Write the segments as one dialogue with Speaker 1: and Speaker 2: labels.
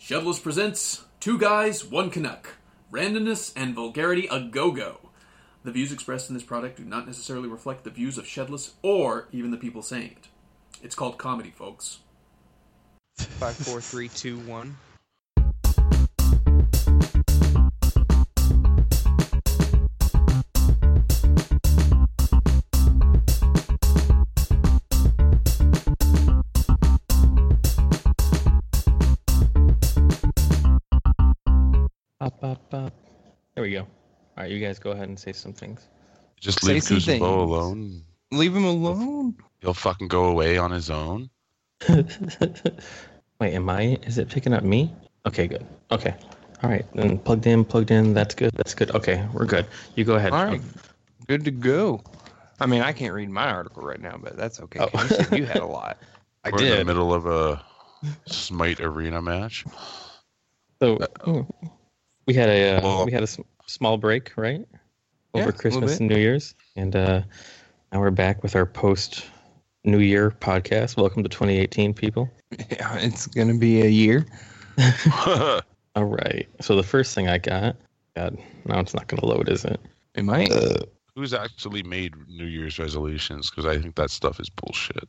Speaker 1: Shedlers presents Two Guys, One Canuck Randomness and Vulgarity a Go Go. The views expressed in this product do not necessarily reflect the views of Shedless or even the people saying it. It's called comedy, folks.
Speaker 2: Five, four, three, two, one.
Speaker 3: Up, up, up. There we go. All right, you guys go ahead and say some things.
Speaker 4: Just
Speaker 2: Say
Speaker 4: leave
Speaker 2: some
Speaker 4: Guzmo
Speaker 2: things.
Speaker 4: alone.
Speaker 2: Leave him alone.
Speaker 4: He'll fucking go away on his own.
Speaker 3: Wait, am I? Is it picking up me? Okay, good. Okay. All right, then plugged in, plugged in. That's good. That's good. Okay, we're good. You go ahead.
Speaker 2: All right, good to go. I mean, I can't read my article right now, but that's okay.
Speaker 3: Oh.
Speaker 2: 'cause You, said you had a lot.
Speaker 3: I
Speaker 4: We're in the
Speaker 3: did.
Speaker 4: middle of a Smite arena match.
Speaker 3: So oh, we had a uh,
Speaker 4: Well-
Speaker 3: we had a s- small break, right?
Speaker 2: Yeah, a
Speaker 3: Over
Speaker 2: little
Speaker 3: Christmas
Speaker 2: bit.
Speaker 3: and New Year's, and uh, now we're back with our post New Year podcast. Welcome to 2018, people.
Speaker 2: Yeah, it's gonna be a year.
Speaker 4: That's
Speaker 3: All right. So the first thing I got, God, now it's not going to load, is it?
Speaker 2: It might.
Speaker 3: Uh,
Speaker 4: Who's actually made New Year's resolutions? Because I think that stuff is bullshit.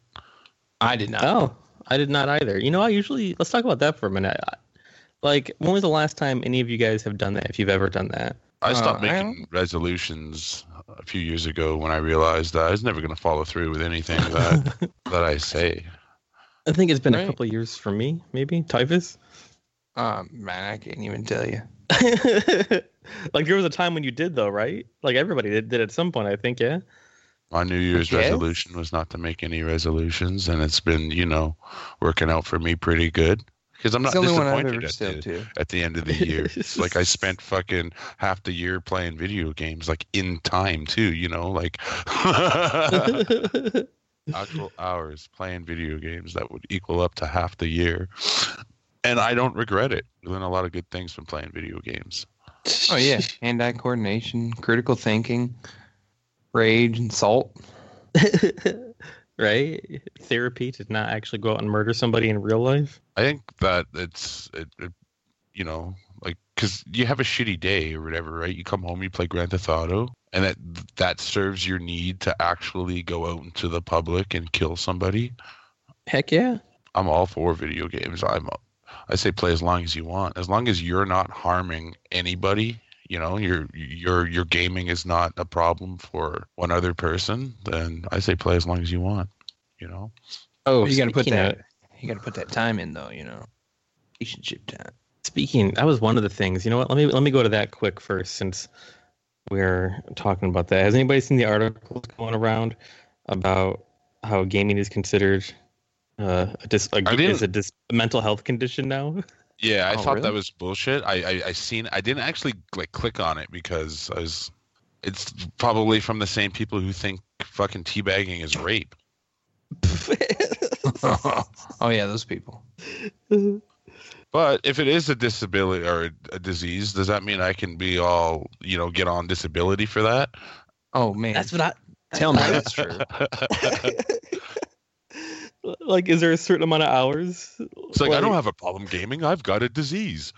Speaker 2: I did not.
Speaker 3: Oh, I did not either. You know, I usually let's talk about that for a minute. I- Like, when was the last time any of you guys have done that? If you've ever done that,
Speaker 4: I stopped
Speaker 2: Uh, I
Speaker 4: making resolutions a few years ago when I realized that I was never going to follow through with anything that that I say.
Speaker 3: I think it's been a
Speaker 2: Right.
Speaker 3: couple of years for me, maybe typhus.
Speaker 2: Um, man, I can't even tell you.
Speaker 3: like there was a time when you did though, right? Like everybody did, did at some point, I think. Yeah.
Speaker 4: My New Year's
Speaker 2: Okay.
Speaker 4: resolution was not to make any resolutions, and it's been, you know, working out for me pretty good. Because I'm
Speaker 2: It's
Speaker 4: not
Speaker 2: the only one I've
Speaker 4: disappointed
Speaker 2: ever
Speaker 4: at the-
Speaker 2: stood to.
Speaker 4: at the end of the year. It's like I spent fucking half the year playing video games, like in time too, you know, like
Speaker 2: Oh,
Speaker 4: actual hours playing video games that would equal up to half the year. And I don't regret it. I learned a lot of good things from playing video games.
Speaker 2: Oh yeah, hand-eye coordination, critical thinking, rage, and salt.
Speaker 3: right? Therapy to not actually go out and murder somebody in real life.
Speaker 4: I think that it's, it, it you know, like, because you have a shitty day or whatever, right? You come home, you play Grand Theft Auto, and that that serves your need to actually go out into the public and kill somebody.
Speaker 3: Heck yeah.
Speaker 4: I'm all for video games. I'm I say play as long as you want. As long as you're not harming anybody, you know, your your your gaming is not a problem for one other person, then I say play as long as you want, you know.
Speaker 3: Oh,
Speaker 2: you gotta put
Speaker 3: speaking
Speaker 2: that.
Speaker 3: of-
Speaker 2: You gotta put that time in though. You know, relationship time.
Speaker 3: Speaking, that was one of the things. You know what? Let me let me go to that quick first, since we're talking about that. Has anybody seen the articles going around about how gaming is considered uh, a dis- a,
Speaker 4: I didn't-
Speaker 3: is a dis- a mental health condition now?
Speaker 4: Yeah, I
Speaker 2: Oh,
Speaker 4: thought that
Speaker 2: really?
Speaker 4: was bullshit. I, I I seen I didn't actually like click on it because I was it's probably from the same people who think fucking teabagging is rape.
Speaker 2: oh yeah, those people.
Speaker 4: But if it is a disability or a disease, does that mean I can be all, you know, get on disability for that?
Speaker 2: Oh man,
Speaker 3: That's what I
Speaker 2: tell me that's true.
Speaker 3: like. Is there a certain amount of hours?
Speaker 4: It's like, I don't have a problem gaming. I've got a disease.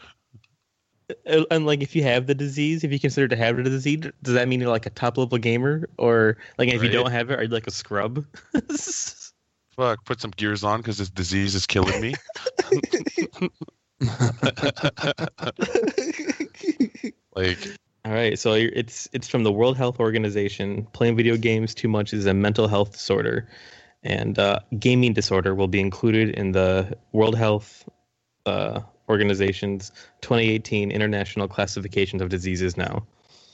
Speaker 3: And- and like if you have the disease if you consider to have the disease does that mean you're like a top level gamer or like if you
Speaker 4: Right.
Speaker 3: don't have it are you like a scrub
Speaker 4: Fuck, put some gears on because this disease is killing me. like,
Speaker 3: all right so you're, it's it's from the world health organization playing video games too much is a mental health disorder and uh, gaming disorder will be included in the world health uh, organization's 2018 international classifications of diseases now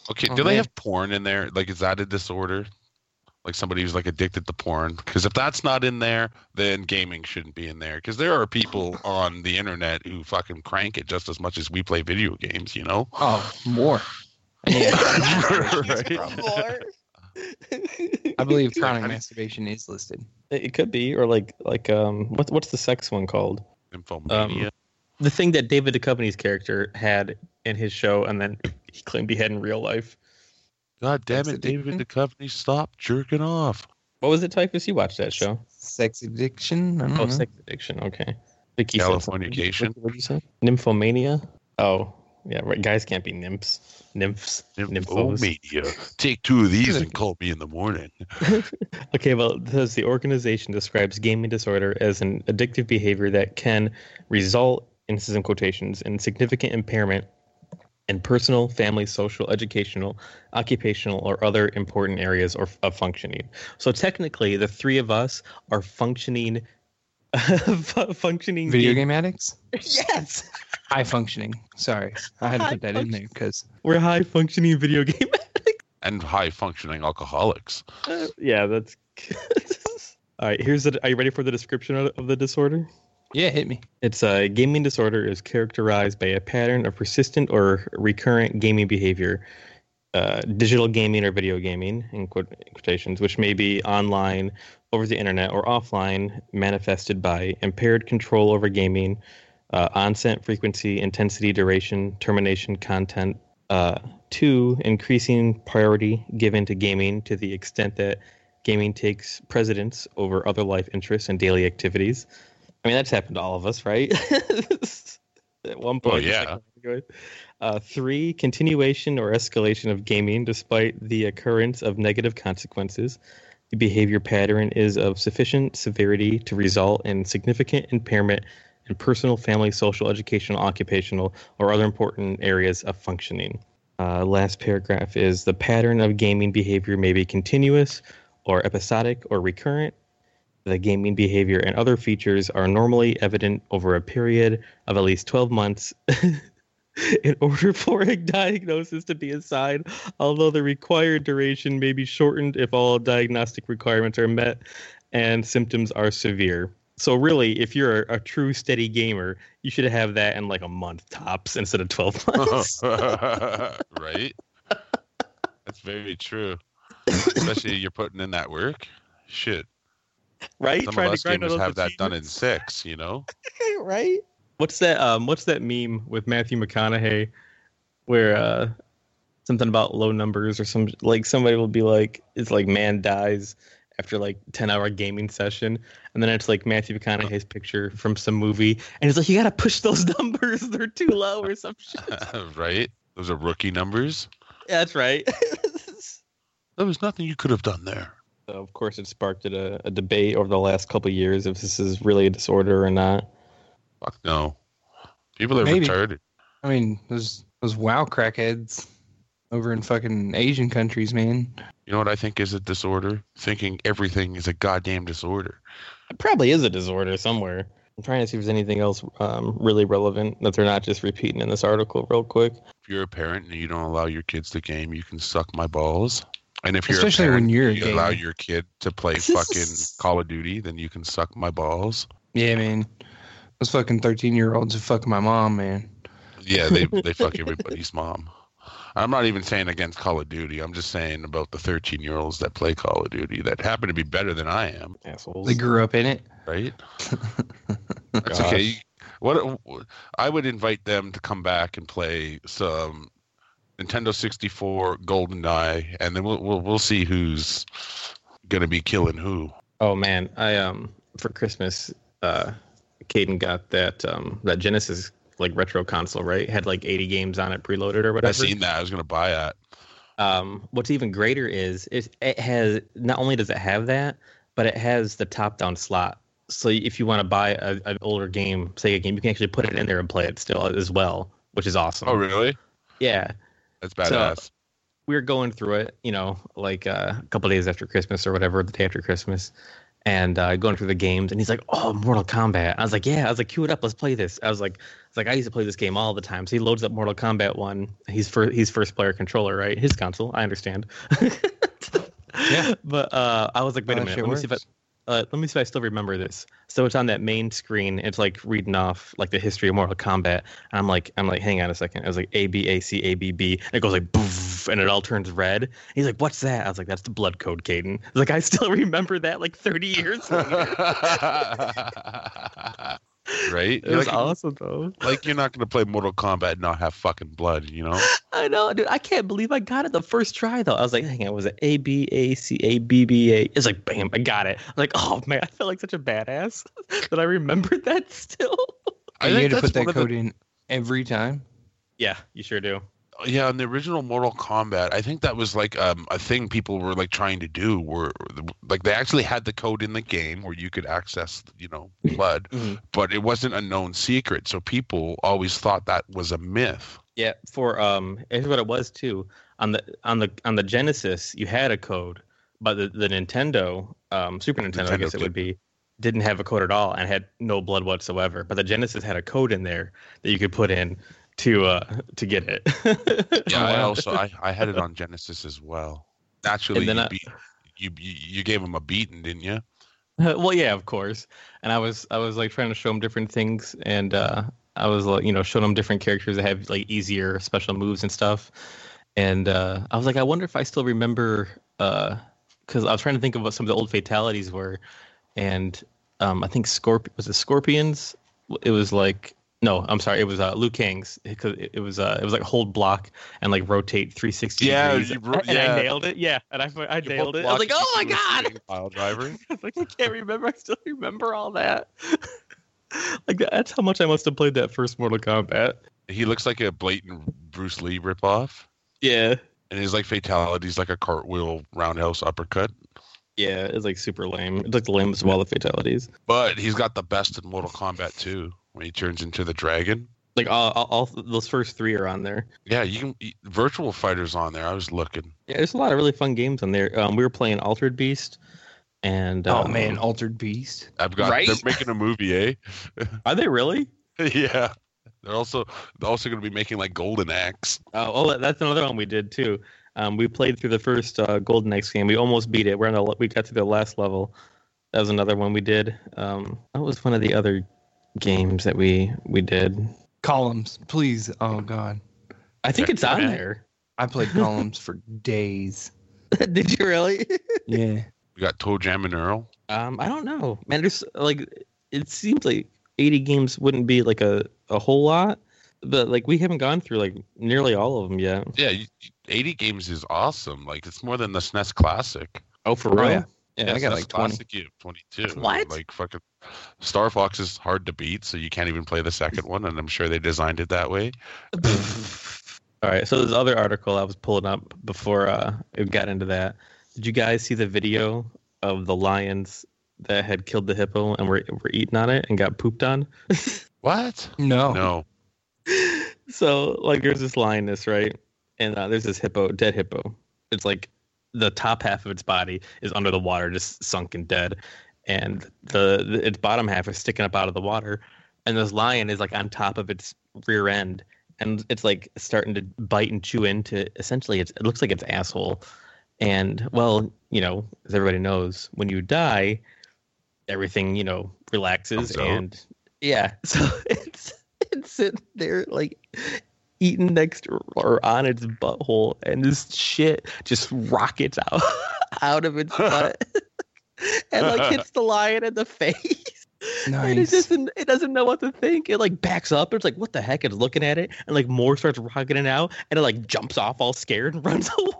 Speaker 4: okay,
Speaker 2: Oh,
Speaker 4: do they
Speaker 2: man.
Speaker 4: have porn in there? Like, is that a disorder? Like somebody who's like addicted to porn? Because if that's not in there, then gaming shouldn't be in there. Because there are people on the internet who fucking crank it just as much as we play video games. You know?
Speaker 2: Oh, more.
Speaker 4: Right?
Speaker 2: I believe
Speaker 4: Sure,
Speaker 2: chronic
Speaker 4: honey.
Speaker 2: masturbation is listed.
Speaker 3: It it could be, or like like um, what what's the sex one called?
Speaker 4: Infomania.
Speaker 2: Um,
Speaker 3: The thing that David Duchovny's character had in his show, and then he claimed he had in real life.
Speaker 4: God damn
Speaker 2: Sex
Speaker 4: it, David Duchovny, stop jerking off.
Speaker 3: What was it, Typhus? You watched that show?
Speaker 2: Sex addiction. I don't
Speaker 3: Oh,
Speaker 2: know.
Speaker 3: sex addiction. Okay. think he said something.
Speaker 4: Californication.
Speaker 3: What did you say? Nymphomania. Oh, yeah. Right. Guys can't be nymphs. Nymphs. Nymphos.
Speaker 4: media. Take two of these and call me in the morning.
Speaker 3: Okay, well, it says the organization describes gaming disorder as an addictive behavior that can result, and this is in quotations, in significant impairment in personal, family, social, educational, occupational, or other important areas or, of functioning. So technically, the three of us are functioning, fu- functioning
Speaker 2: Video game addicts?
Speaker 3: Yes,
Speaker 2: High functioning. Sorry. I had to put that in there because
Speaker 3: we're high functioning video game.
Speaker 4: And high functioning alcoholics.
Speaker 3: yeah, that's. All right, here's the. Are you ready for the description of, of the disorder?
Speaker 2: yeah, hit me.
Speaker 3: It's a gaming disorder is characterized by a pattern of persistent or recurrent gaming behavior, uh, digital gaming or video gaming in quote- quotations, which may be online, over the internet, or offline, manifested by impaired control over gaming, uh, onset, frequency, intensity, duration, termination, content. Uh, two, increasing priority given to gaming to the extent that gaming takes precedence over other life interests and daily activities. I mean, that's happened to all of us, right? At one point,
Speaker 4: yeah.
Speaker 3: it's like, oh Uh, three, continuation or escalation of gaming despite the occurrence of negative consequences. The behavior pattern is of sufficient severity to result in significant impairment in personal, family, social, educational, occupational, or other important areas of functioning. Uh, last paragraph is the pattern of gaming behavior may be continuous or episodic or recurrent. The gaming behavior and other features are normally evident over a period of at least 12 months. In order for a diagnosis to be assigned, although the required duration may be shortened if all diagnostic requirements are met and symptoms are severe. So, really, if you're a, a true steady gamer, you should have that in like a month tops instead of 12
Speaker 4: Uh-huh.
Speaker 3: months.
Speaker 4: right? That's very true. Especially you're putting in that work. Shit.
Speaker 3: right?
Speaker 4: Some
Speaker 3: Trying
Speaker 4: of
Speaker 3: to
Speaker 4: us
Speaker 3: grind out
Speaker 4: gamers
Speaker 3: those
Speaker 4: have that done in
Speaker 3: achievements.
Speaker 4: six, you know?
Speaker 3: right? What's that? Um, what's that meme with Matthew McConaughey where uh, something about low numbers or some like somebody will be like, it's like man dies after like ten hour gaming session, and then it's like Matthew McConaughey's picture from some movie, and he's like, you gotta push those numbers; they're too low or some shit.
Speaker 4: right? Those are rookie numbers.
Speaker 3: That's right.
Speaker 4: There was nothing you could have done there.
Speaker 3: So of course, it sparked a, a debate over the last couple of years if this is really a disorder or not.
Speaker 4: Fuck no. People are
Speaker 2: Maybe.
Speaker 4: retarded.
Speaker 2: I mean, those those wow crackheads over in fucking Asian countries, man.
Speaker 4: You know what I think is a disorder? Thinking everything is a goddamn disorder.
Speaker 3: It probably is a disorder somewhere. I'm trying to see if there's anything else um, really relevant that they're not just repeating in this article real quick.
Speaker 4: If you're a parent and you don't allow your kids to game, you can suck my balls. And if you're
Speaker 2: Especially
Speaker 4: a parent,
Speaker 2: when you're a
Speaker 4: you allow
Speaker 2: gamer.
Speaker 4: your kid to play fucking Call of Duty, then you can suck my balls.
Speaker 2: Yeah, man. Those fucking thirteen year olds who fuck my mom, man.
Speaker 4: Yeah, they they fuck everybody's mom. I'm not even saying against Call of Duty. I'm just saying about the 13 year olds that play Call of Duty that happen to be better than I am.
Speaker 3: Assholes.
Speaker 2: They grew up in it.
Speaker 4: right? That's okay. You- What I would invite them to come back and play some Nintendo 64 Golden Eye, and then we'll we'll, we'll see who's gonna be killing who.
Speaker 3: oh man, I um for Christmas, uh, Caden got that um that Genesis like retro console, right? It had like 80 games on it preloaded or whatever.
Speaker 4: I've seen that. I was gonna buy that.
Speaker 3: Um, what's even greater is it, it has not only does it have that, but it has the top-down slot. So if you want to buy a, an older game, say a game, you can actually put it in there and play it still as well, which is awesome.
Speaker 4: Oh, really?
Speaker 3: Yeah,
Speaker 4: That's badass.
Speaker 3: we were going through it, you know, like uh, a couple days after Christmas or whatever, the day after Christmas, and uh, going through the games. And he's like, "Oh, Mortal Kombat!" And I was like, "Yeah." I was like, "Cue it up, let's play this." I was like, "I was like, I used to play this game all the time." So he loads up Mortal Kombat one. He's first, he's first player controller, right? His console, I understand.
Speaker 2: Yeah.
Speaker 3: But uh, I was like, "Wait
Speaker 2: That
Speaker 3: a minute,
Speaker 2: shit
Speaker 3: let me see if I,
Speaker 2: works.
Speaker 3: uh, let me see if I still remember this. So it's on that main screen. It's like reading off like the history of Mortal Kombat. And I'm like, I'm like, hang on a second. I was like A B A C A B B, and it goes like boof, and it all turns red. And he's like, what's that? I was like, that's the blood code, Caden. I was like, I still remember that like 30 years. later.
Speaker 4: right?
Speaker 3: it
Speaker 4: You're
Speaker 3: was
Speaker 4: like,
Speaker 3: awesome though.
Speaker 4: like you're not gonna play Mortal Kombat and not have fucking blood, you know?
Speaker 3: I know, dude. I can't believe I got it the first try though. I was like, hang on, was it A B A C A B B A? It's like, bam, I got it. I'm like, oh man, I felt like such a badass that I remembered that still.
Speaker 2: I you had to put that code in every time.
Speaker 3: Yeah, you sure do.
Speaker 4: yeah in the original mortal kombat i think that was like um, a thing people were like trying to do were like they actually had the code in the game where you could access you know blood
Speaker 3: Mhm.
Speaker 4: but it wasn't a known secret so people always thought that was a myth
Speaker 3: Yeah, for um, here's what it was too. On the on the on the Genesis, you had a code, but the, the Nintendo, um, Super Nintendo, I
Speaker 4: Nintendo
Speaker 3: guess it
Speaker 4: did.
Speaker 3: would be, didn't have a code at all and had no blood whatsoever. But the Genesis had a code in there that you could put in to uh to get it.
Speaker 4: yeah i
Speaker 2: wow.
Speaker 4: also I, I had it on genesis as well naturally
Speaker 3: And then
Speaker 4: you,
Speaker 3: I-
Speaker 4: beat, you you you gave him a beating didn't you
Speaker 3: well, yeah, of course. And I was I was like trying to show him different things, and uh, I was like you know showing him different characters that have like easier special moves and stuff. And uh, I was like, I wonder if I still remember because I was trying to think of what some of the old fatalities were, and um, I think Scorp was it Scorpions? It was like no, I'm sorry, it was uh, Liu Kang's because it, it was uh, it was like hold block and like rotate 360
Speaker 4: Yeah,
Speaker 3: degrees.
Speaker 4: you bro-
Speaker 3: and
Speaker 4: yeah.
Speaker 3: I nailed it. Yeah, and I I
Speaker 4: You
Speaker 3: nailed
Speaker 4: both
Speaker 3: it. I was like,
Speaker 4: blocked
Speaker 3: oh my
Speaker 4: into a
Speaker 3: god.
Speaker 4: spinning pile driver
Speaker 3: I was like, I can't remember. I still remember all that. like that's how much I must have played that first Mortal Kombat.
Speaker 4: he looks like a blatant bruce lee ripoff
Speaker 3: Yeah,
Speaker 4: and his like fatalities like a cartwheel roundhouse uppercut
Speaker 3: yeah, it's like super lame. It looked lame as well. The fatalities,
Speaker 4: But he's got the best in Mortal Kombat 2 when he turns into the dragon.
Speaker 3: like all, all, all those first three are on there.
Speaker 4: Yeah, you can. y- Virtual Fighter's on there. I was looking.
Speaker 3: Yeah, there's a lot of really fun games on there. Um, we were playing Altered Beast, and
Speaker 2: Oh
Speaker 3: um,
Speaker 2: man, Altered Beast.
Speaker 4: I've got.
Speaker 2: Right?
Speaker 4: They're making a movie, eh?
Speaker 3: are they really?
Speaker 4: yeah. They're also they're also going to be making like Golden Axe.
Speaker 3: Oh, oh, that's another one we did too. Um, we played through the first uh, Golden Axe game. We almost beat it. We're on the we got to the last level. That was another one we did. Um, that was one of the other games that we we did.
Speaker 2: Columns, please. Oh god,
Speaker 3: I think it's on
Speaker 2: Okay.
Speaker 3: there.
Speaker 2: I played Columns for days.
Speaker 3: did you really?
Speaker 2: Yeah.
Speaker 4: We got Toe Jam and Earl.
Speaker 3: um, I don't know, man. There's like it seems like 80 games wouldn't be like a a whole lot, but like we haven't gone through like nearly all of them yet.
Speaker 4: Yeah, you, 80 games is awesome. Like it's more than the SNES Classic.
Speaker 3: Oh, for
Speaker 2: real?
Speaker 3: Yeah, yeah
Speaker 2: I got,
Speaker 4: SNES
Speaker 2: like, 20.
Speaker 4: Classic, you have 22.
Speaker 3: What?
Speaker 4: Like fucking Star Fox is hard to beat, so you can't even play the second one. And I'm sure they designed it that way.
Speaker 3: All right. So this other article I was pulling up before uh, it got into that. Did you guys see the video of the lions that had killed the hippo and were were eating on it and got pooped on?
Speaker 4: What?
Speaker 2: No.
Speaker 4: No.
Speaker 3: so like, there's this lioness, right? And uh, there's this hippo, dead hippo. It's like the top half of its body is under the water, just sunk and dead, and the, the its bottom half is sticking up out of the water. And this lion is like on top of its rear end, and it's like starting to bite and chew into essentially it's, it looks like its asshole. And well, you know, as everybody knows, when you die, everything you know relaxes
Speaker 4: Comes out.
Speaker 3: and yeah. So it's it's sitting there like eaten next to- or on its butthole, and this shit just rockets out out of its butt and like hits the lion in the face. And it
Speaker 2: Nice.
Speaker 3: doesn't it doesn't know what to think. It like backs up. It's like, what the heck? It's looking at it, and like more starts rocketing out, and it like jumps off all scared and runs away.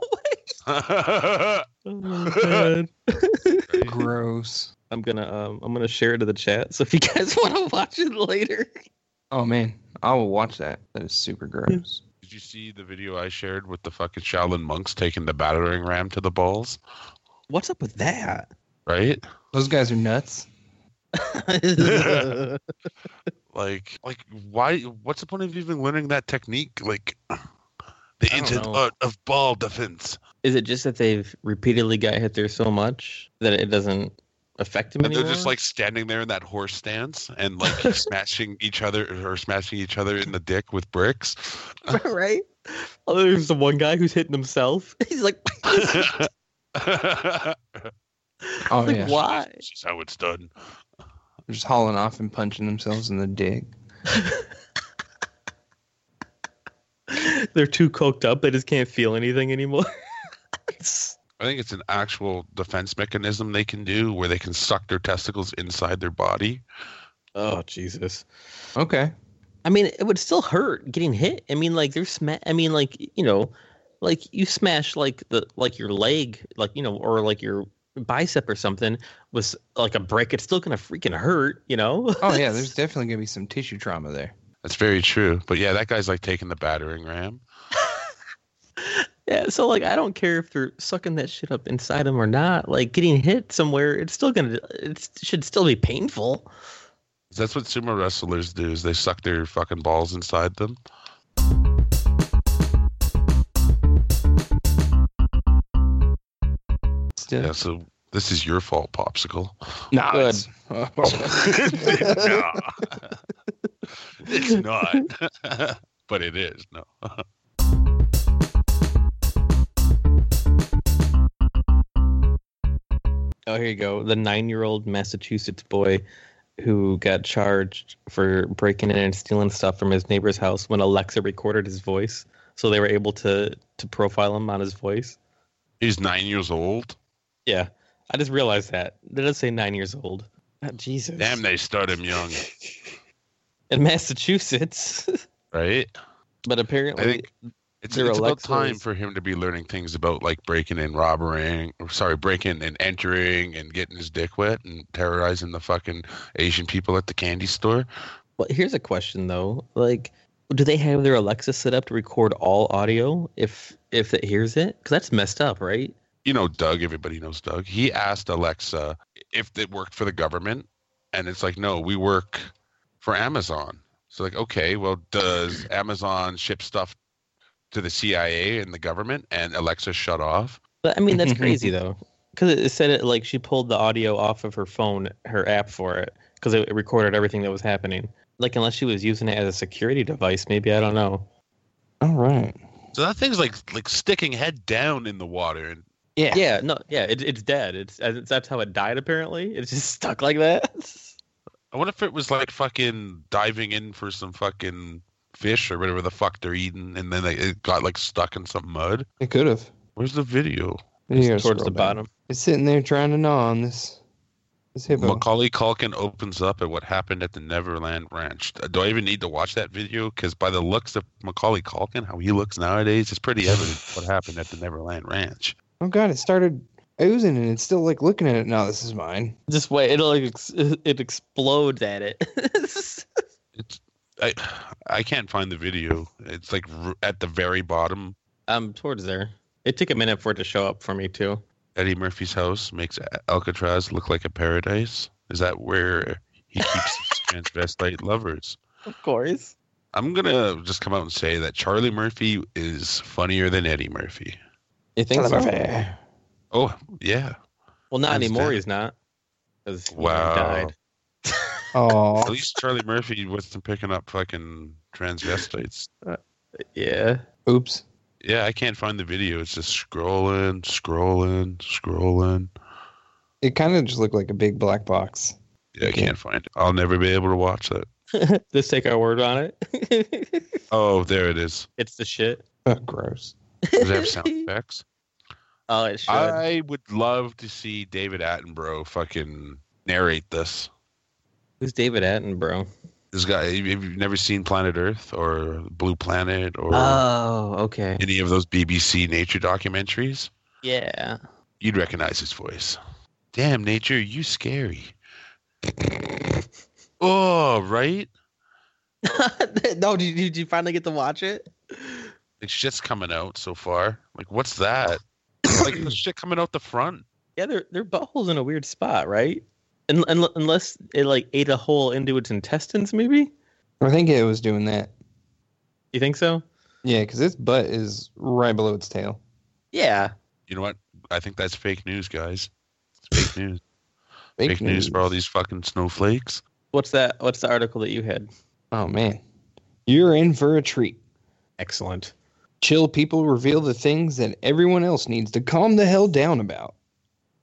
Speaker 3: Oh my God.
Speaker 2: Gross.
Speaker 3: I'm gonna um, I'm gonna share it to the chat. So if you guys want to watch it later,
Speaker 2: Oh man, I will watch that. That is super gross.
Speaker 4: Did you see the video I shared with the fucking Shaolin monks taking the battering ram to the balls?
Speaker 3: what's up with that?
Speaker 4: Right?
Speaker 2: Those guys are nuts.
Speaker 4: Like, like why? What's the point of even learning that technique? Like,
Speaker 3: I
Speaker 4: the
Speaker 3: don't
Speaker 4: ancient
Speaker 3: know.
Speaker 4: art of ball defense.
Speaker 3: Is it just that they've repeatedly got hit there so much that it doesn't affect them
Speaker 4: And
Speaker 3: anymore?
Speaker 4: they're just like standing there in that horse stance and like smashing each other or smashing each other in the dick with bricks.
Speaker 3: right. Oh, there's the one guy who's hitting himself. He's like,
Speaker 2: Oh
Speaker 3: like
Speaker 2: yeah,
Speaker 3: why?
Speaker 4: This is how it's done.
Speaker 2: They're just hauling off and punching themselves in the dick.
Speaker 3: They're too coked up. They just can't feel anything anymore. It's-
Speaker 4: I think it's an actual defense mechanism they can do where they can suck their testicles inside their body.
Speaker 3: oh Jesus.
Speaker 2: Okay.
Speaker 3: I mean, it would still hurt getting hit. I mean, like there's sma- I mean, like you know, like you smash like the like your leg, like you know, or like your bicep or something was like a break, it's still gonna freaking hurt, you know?
Speaker 2: Oh yeah, there's definitely gonna be some tissue trauma there.
Speaker 4: That's very true. But yeah, that guy's like taking the battering ram.
Speaker 3: yeah. So like, I don't care if they're sucking that shit up inside them or not. Like getting hit somewhere, it's still gonna, it should still be painful.
Speaker 4: That's what sumo wrestlers do is they suck their fucking balls inside them.
Speaker 2: Still,
Speaker 4: Yeah, so this is your fault, Popsicle.
Speaker 2: nah,
Speaker 3: Good.
Speaker 2: it's-
Speaker 4: no. It's not. but it is, no.
Speaker 3: Oh, here you go. The nine-year-old Massachusetts boy who got charged for breaking in and stealing stuff from his neighbor's house when Alexa recorded his voice, so they were able to to profile him on his voice.
Speaker 4: He's nine years old.
Speaker 3: Yeah, I just realized that. It does say nine years old.
Speaker 4: Ah,
Speaker 3: Oh, Jesus.
Speaker 4: Damn, they start him young,
Speaker 3: In Massachusetts,
Speaker 4: right?
Speaker 3: but
Speaker 4: I
Speaker 3: apparently,
Speaker 4: think it's,
Speaker 3: their
Speaker 4: it's about
Speaker 3: Alexa
Speaker 4: time
Speaker 3: is-
Speaker 4: for him to be learning things about like breaking and robbering, or sorry, breaking and entering and getting his dick wet and terrorizing the fucking Asian people at the candy store.
Speaker 3: Well, here's a question though. Like, do they have their Alexa set up to record all audio if if it hears it? Because that's messed up, right?
Speaker 4: You know, Doug, everybody knows Doug. He asked Alexa if it worked for the government. And it's like, no, we work for Amazon. So, like, okay, well, does Amazon ship stuff to the CIA and the government? And Alexa shut off.
Speaker 3: But I mean, that's crazy though, because it said it like she pulled the audio off of her phone, her app for it, because it recorded everything that was happening. Like, unless she was using it as a security device, maybe I don't know.
Speaker 2: all right.
Speaker 4: So that thing's like like sticking head down in the water and
Speaker 2: Yeah.
Speaker 3: Yeah, no, yeah, it, it's dead. It's, it's that's how it died. Apparently, it's just stuck like that.
Speaker 4: I wonder if it was like fucking diving in for some fucking fish or whatever the fuck they're eating, and then they, it got like stuck in some mud.
Speaker 2: It could have.
Speaker 4: Where's the video?
Speaker 3: towards the bottom.
Speaker 2: It's sitting there trying to gnaw on this this hippo.
Speaker 4: Macaulay Culkin opens up at what happened at the Neverland Ranch. Do I even need to watch that video? Because by the looks of Macaulay Culkin, how he looks nowadays, it's pretty evident what happened at the Neverland Ranch.
Speaker 2: oh god, it started oozing and it's still like looking at it. No, this is mine.
Speaker 3: Just wait, it'll like, ex- it explodes at it.
Speaker 4: It's I I can't find the video. It's like r- at the very bottom.
Speaker 3: I'm um, towards there. It took a minute for it to show up for me too.
Speaker 4: Eddie Murphy's house makes Alcatraz look like a paradise. Is that where he keeps his transvestite lovers?
Speaker 3: Of course.
Speaker 4: I'm gonna just come out and say that Charlie Murphy is funnier than Eddie Murphy.
Speaker 3: You think so?
Speaker 2: Telepathy.
Speaker 4: Oh yeah,
Speaker 3: Well, not
Speaker 4: That's
Speaker 3: anymore.
Speaker 4: bad.
Speaker 3: He's not. 'cause he
Speaker 4: Wow.
Speaker 3: died.
Speaker 2: Aw.
Speaker 4: at least Charlie Murphy wasn't picking up fucking transvestites.
Speaker 3: Yeah.
Speaker 2: Oops.
Speaker 4: Yeah, I can't find the video. It's just scrolling, scrolling, scrolling.
Speaker 2: It kind of just looked like a big black box.
Speaker 4: Yeah, I can't find it. I'll never be able to watch that.
Speaker 3: Just take our word on it.
Speaker 4: Oh, there it is.
Speaker 3: it's the shit.
Speaker 2: Oh, gross.
Speaker 4: Does it have sound effects?
Speaker 3: Oh, it should.
Speaker 4: I would love to see David Attenborough fucking narrate this.
Speaker 3: Who's David Attenborough?
Speaker 4: this guy if you've never seen planet earth or blue planet or
Speaker 3: Oh, okay.
Speaker 4: any of those bbc nature documentaries
Speaker 3: Yeah.
Speaker 4: you'd recognize his voice damn nature you scary oh right
Speaker 3: no, did you, did you finally get to watch it?
Speaker 4: it's just coming out so far like what's that like there's shit coming out the front
Speaker 3: Yeah, their their butthole's in a weird spot, right? Un- un- unless it like ate a hole into its intestines, maybe.
Speaker 2: I think it was doing that.
Speaker 3: You think so?
Speaker 2: Yeah, because its butt is right below its tail.
Speaker 3: Yeah.
Speaker 4: you know what i think that's fake news guys it's fake news
Speaker 2: Fake
Speaker 4: fake news for all these fucking snowflakes
Speaker 3: What's that? What's the article that you had?
Speaker 2: Oh man, you're in for a treat.
Speaker 3: Excellent.
Speaker 2: Chill people reveal the things that everyone else needs to calm the hell down about.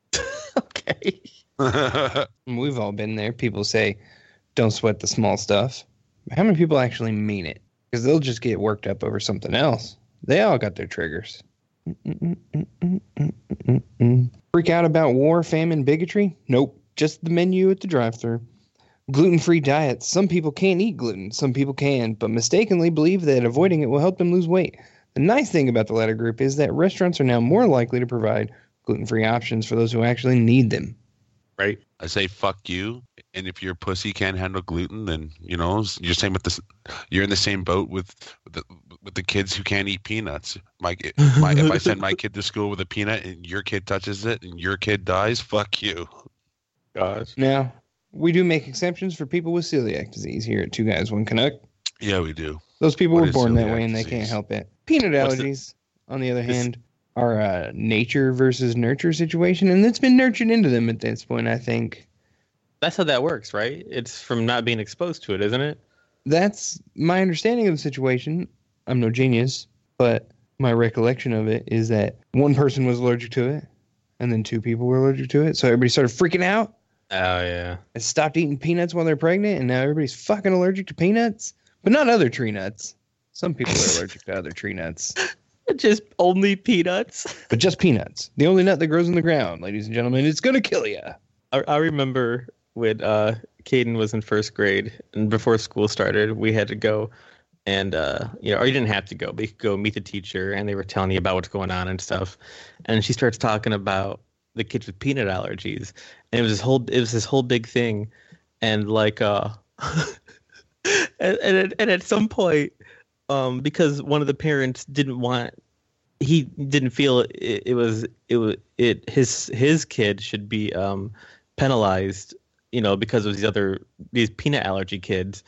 Speaker 3: Okay.
Speaker 4: i
Speaker 2: And We've all been there. People say, "Don't sweat the small stuff." How many people actually mean it? Because they'll just get worked up over something else. They all got their triggers. Freak out about war, famine, bigotry? Nope. Just the menu at the drive-through. Gluten-free diets. Some people can't eat gluten. Some people can, but mistakenly believe that avoiding it will help them lose weight. The nice thing about the latter group is that restaurants are now more likely to provide gluten free options for those who actually need them.
Speaker 3: right?
Speaker 4: I say fuck you. And if your pussy can't handle gluten, then you know you're same with this. You're in the same boat with the with the kids who can't eat peanuts. My, my if I send my kid to school with a peanut and your kid touches it and your kid dies, fuck you.
Speaker 3: Gosh.
Speaker 2: Now, we do make exceptions for people with celiac disease here at Two Guys One Canuck.
Speaker 4: Yeah, we do.
Speaker 2: Those people
Speaker 4: What
Speaker 2: were
Speaker 4: is
Speaker 2: born that
Speaker 4: celiac
Speaker 2: way and they can't
Speaker 4: disease?
Speaker 2: help it. Peanut
Speaker 4: What's the-
Speaker 2: allergies, on the other
Speaker 4: This-
Speaker 2: hand, are a nature versus nurture situation, and it's been nurtured into them at this point, I think.
Speaker 3: That's how that works, right? It's from not being exposed to it, isn't it?
Speaker 2: That's my understanding of the situation. I'm no genius, but my recollection of it is that one person was allergic to it, and then two people were allergic to it, so everybody started freaking out
Speaker 3: Oh yeah.
Speaker 2: and stopped eating peanuts while they're pregnant, and now everybody's fucking allergic to peanuts, but not other tree nuts. Some people are allergic to other tree nuts.
Speaker 3: Just only peanuts.
Speaker 2: but just peanuts. The only nut that grows in the ground, ladies and gentlemen. It's gonna kill you.
Speaker 3: I, I remember when uh, Caden was in first grade, and before school started, we had to go, and uh, you know, or you didn't have to go, but you could go meet the teacher, and they were telling you about what's going on and stuff, and she starts talking about the kids with peanut allergies, and it was this whole, it was this whole big thing, and like, uh, and and at, and at some point, um, because one of the parents didn't want he didn't feel it, it was it was it his his kid should be um penalized you know because of these other these peanut allergy kids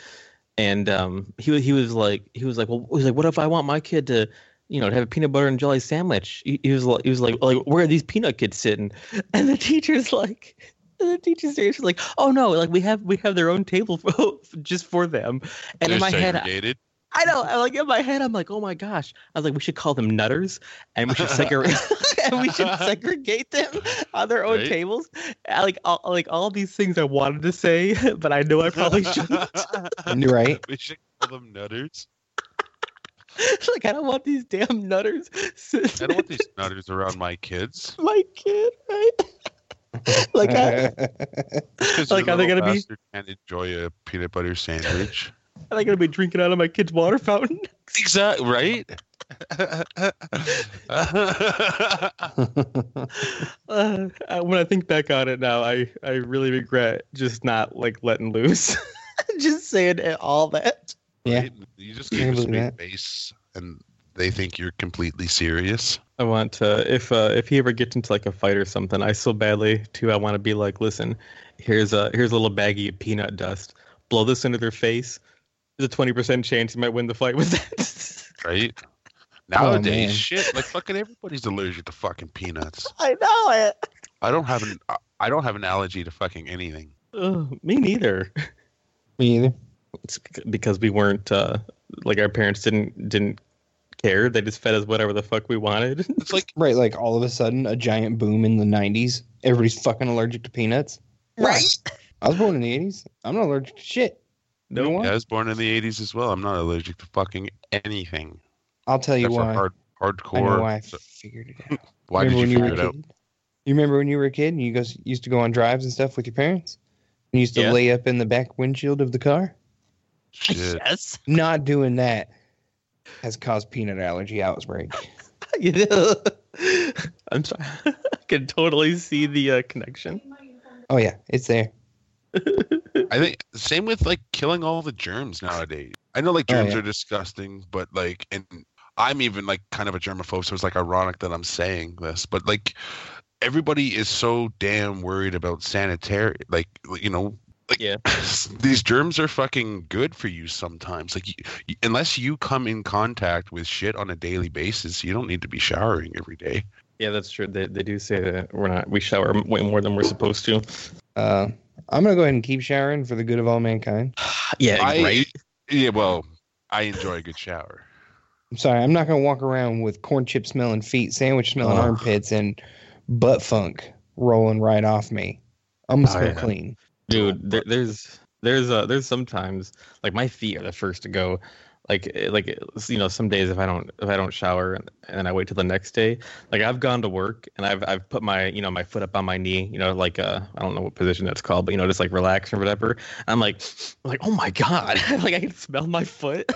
Speaker 3: and um he was he was like he was like well he was like what if i want my kid to you know to have a peanut butter and jelly sandwich he, he was like he was like like where are these peanut kids sitting and the teacher's like and the teacher's serious, like oh no like we have we have their own table for, just for them and in my
Speaker 4: They're
Speaker 3: head
Speaker 4: segregated.
Speaker 3: I know. I like in my head, I'm like, oh my gosh. I was like, we should call them nutters, and we should segregate, and we should segregate them on their own
Speaker 4: Right.
Speaker 3: tables. I, like, all, like all these things I wanted to say, but I know I probably shouldn't.
Speaker 2: Right?
Speaker 4: we should call them nutters.
Speaker 3: like, I don't want these damn nutters
Speaker 4: I
Speaker 3: sitting
Speaker 4: don't want these nutters around my kids.
Speaker 3: with my kid, right? like, I, like are they gonna be
Speaker 4: be? Can't enjoy a peanut butter sandwich.
Speaker 3: are they gonna be drinking out of my kid's water fountain?
Speaker 4: exactly right.
Speaker 3: Uh, I- when I think back on it now, I I really regret just not like letting loose, just saying it- all that.
Speaker 2: Yeah.
Speaker 4: Right? You just
Speaker 2: I
Speaker 4: gave us
Speaker 2: believe
Speaker 4: big
Speaker 2: that.
Speaker 4: base, and they think you're completely serious.
Speaker 3: I want to if uh, if he ever gets into like a fight or something, I so badly too. I want to be like, listen, here's a here's a little baggie of peanut dust. Blow this into their face. There's a twenty percent chance you might win the fight with that.
Speaker 4: Right?
Speaker 2: Oh, man.
Speaker 4: Nowadays, shit, like fucking everybody's allergic to fucking peanuts.
Speaker 3: I know it.
Speaker 4: I don't have an I don't have an allergy to fucking anything.
Speaker 3: Ugh, me neither.
Speaker 2: Me either.
Speaker 3: It's because we weren't uh, like our parents didn't didn't care. They just fed us whatever the fuck we wanted.
Speaker 4: It's like
Speaker 2: Right? Like all of a sudden, a giant boom in the '90s. Everybody's fucking allergic to peanuts. I was born in the '80s. I'm not allergic to shit. You know
Speaker 3: No.
Speaker 2: why?
Speaker 4: I was born in the '80s as well. I'm not allergic to fucking anything.
Speaker 2: I'll tell you
Speaker 4: Except for
Speaker 2: why.
Speaker 4: hard,
Speaker 2: I
Speaker 4: hardcore.
Speaker 2: know why I
Speaker 4: So-
Speaker 2: figured it out.
Speaker 4: why did
Speaker 2: Remember
Speaker 4: you
Speaker 2: when
Speaker 4: figure
Speaker 2: were a
Speaker 4: it out?
Speaker 2: kid? You remember when you were a kid and you guys used to go on drives and stuff with your parents? You used to
Speaker 3: Yeah.
Speaker 2: lay up in the back windshield of the car.
Speaker 4: Shit.
Speaker 3: Yes.
Speaker 2: Not doing that has caused peanut allergy outbreak.
Speaker 3: You know. I'm sorry. I can totally see the uh, connection.
Speaker 2: Oh yeah, it's there.
Speaker 4: I think same with like killing all the germs nowadays. I know like
Speaker 2: Oh,
Speaker 4: germs
Speaker 2: yeah.
Speaker 4: are disgusting, but like and I'm even like kind of a germaphobe, so it's like ironic that I'm saying this, but like everybody is so damn worried about sanitary like you know like
Speaker 3: Yeah.
Speaker 4: these germs are fucking good for you sometimes like you, you- unless you come in contact with shit on a daily basis you don't need to be showering every day
Speaker 3: Yeah, that's true. They, they do say that we're not we shower way more than we're supposed to.
Speaker 2: Uh, I'm gonna go ahead and keep showering for the good of all mankind.
Speaker 3: Yeah,
Speaker 4: I-
Speaker 3: right.
Speaker 4: yeah well i enjoy a good shower
Speaker 2: I'm sorry, I'm not gonna walk around with corn chip smelling feet, sandwich smelling
Speaker 3: Ugh.
Speaker 2: armpits, and butt funk rolling right off me. I'm gonna
Speaker 3: Oh,
Speaker 2: smell
Speaker 3: yeah.
Speaker 2: clean.
Speaker 3: Dude, there, there's there's uh there's sometimes like my feet are the first to go. Like eh, like eh, you know, some days if I don't if I don't shower and, and I wait till the next day, like I've gone to work and I've I've put my you know my foot up on my knee, you know, like uh I don't know what position that's called, but you know, just like relax or whatever. I'm like like oh my god, like I can smell my foot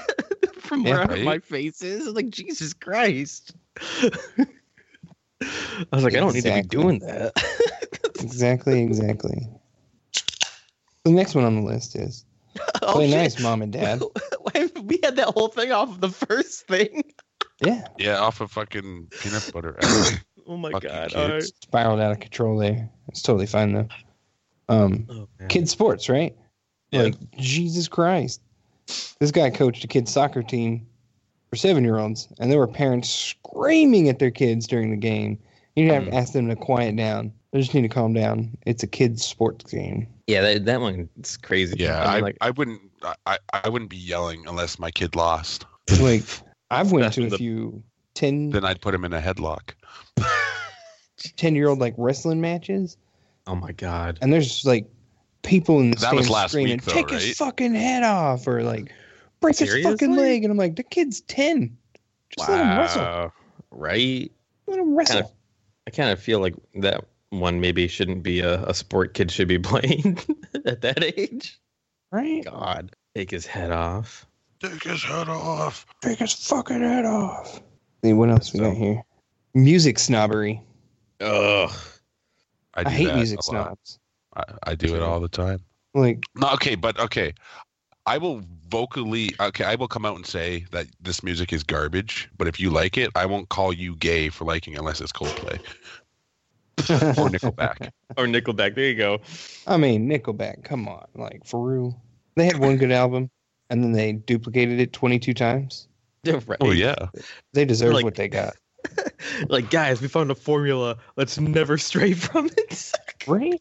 Speaker 3: from
Speaker 2: Yeah,
Speaker 3: wherever
Speaker 4: right?
Speaker 3: my face is. Like Jesus Christ. I was like, I don't need to be
Speaker 2: Exactly.
Speaker 3: doing that.
Speaker 2: Exactly, exactly. The next one on the list is
Speaker 3: oh,
Speaker 2: play
Speaker 3: shit.
Speaker 2: nice, mom and dad.
Speaker 3: we had that whole thing off of the first thing.
Speaker 2: Yeah,
Speaker 4: Yeah, off of fucking peanut butter. Alley.
Speaker 3: Oh my
Speaker 4: Fuck you,
Speaker 3: god. all right.
Speaker 4: kids.
Speaker 2: spiraled out of control there. It's totally fine though. Um,
Speaker 3: Oh, man.
Speaker 2: kid sports, right?
Speaker 3: Yeah.
Speaker 2: Like Jesus Christ, this guy coached a kid's soccer team for seven-year-olds, and there were parents screaming at their kids during the game. You'd have to ask them to quiet down. They just need to calm down. It's a kids' sports game.
Speaker 3: Yeah, that, that one's crazy.
Speaker 4: Yeah,
Speaker 3: I
Speaker 4: I,
Speaker 3: mean, like
Speaker 4: I wouldn't I, I wouldn't be yelling unless my kid lost.
Speaker 2: Like I've went
Speaker 3: That's
Speaker 2: to a
Speaker 3: the-
Speaker 2: few ten
Speaker 4: Then I'd put him in a headlock.
Speaker 2: 10 year old like wrestling matches
Speaker 3: oh my god.
Speaker 2: and there's like people in the
Speaker 4: That was
Speaker 2: stands
Speaker 4: last
Speaker 2: screaming
Speaker 4: week, though,
Speaker 2: take his
Speaker 4: right?
Speaker 2: fucking head off or like break his fucking
Speaker 3: Seriously?
Speaker 2: leg and i'm like the kid's 10 just let him wrestle
Speaker 3: Wow. Right?
Speaker 2: let him wrestle
Speaker 3: Kinda- I kind of feel like that one maybe shouldn't be a, a sport kid should be playing at that age.
Speaker 2: right
Speaker 3: God. Take his head off.
Speaker 4: Take his head off.
Speaker 2: take his fucking head off see what else we got here music snobbery
Speaker 3: Ugh.
Speaker 4: I,
Speaker 2: i,
Speaker 4: do
Speaker 2: hate
Speaker 4: that
Speaker 2: music
Speaker 4: a lot.
Speaker 2: snobs
Speaker 4: I, I do it all the time.
Speaker 2: like
Speaker 4: No, okay, but okay. I will vocally okay, I will come out and say that this music is garbage, but if you like it, I won't call you gay for liking it unless it's Coldplay or Nickelback.
Speaker 3: Or Nickelback. There you go.
Speaker 2: i mean nickelback come on like for real they had one good album and then they duplicated it 22 times
Speaker 3: Yeah, Right.
Speaker 4: oh yeah.
Speaker 2: they deserve
Speaker 3: Like-
Speaker 2: what they got
Speaker 3: like, guys, we found a formula. Let's never stray from it.
Speaker 2: right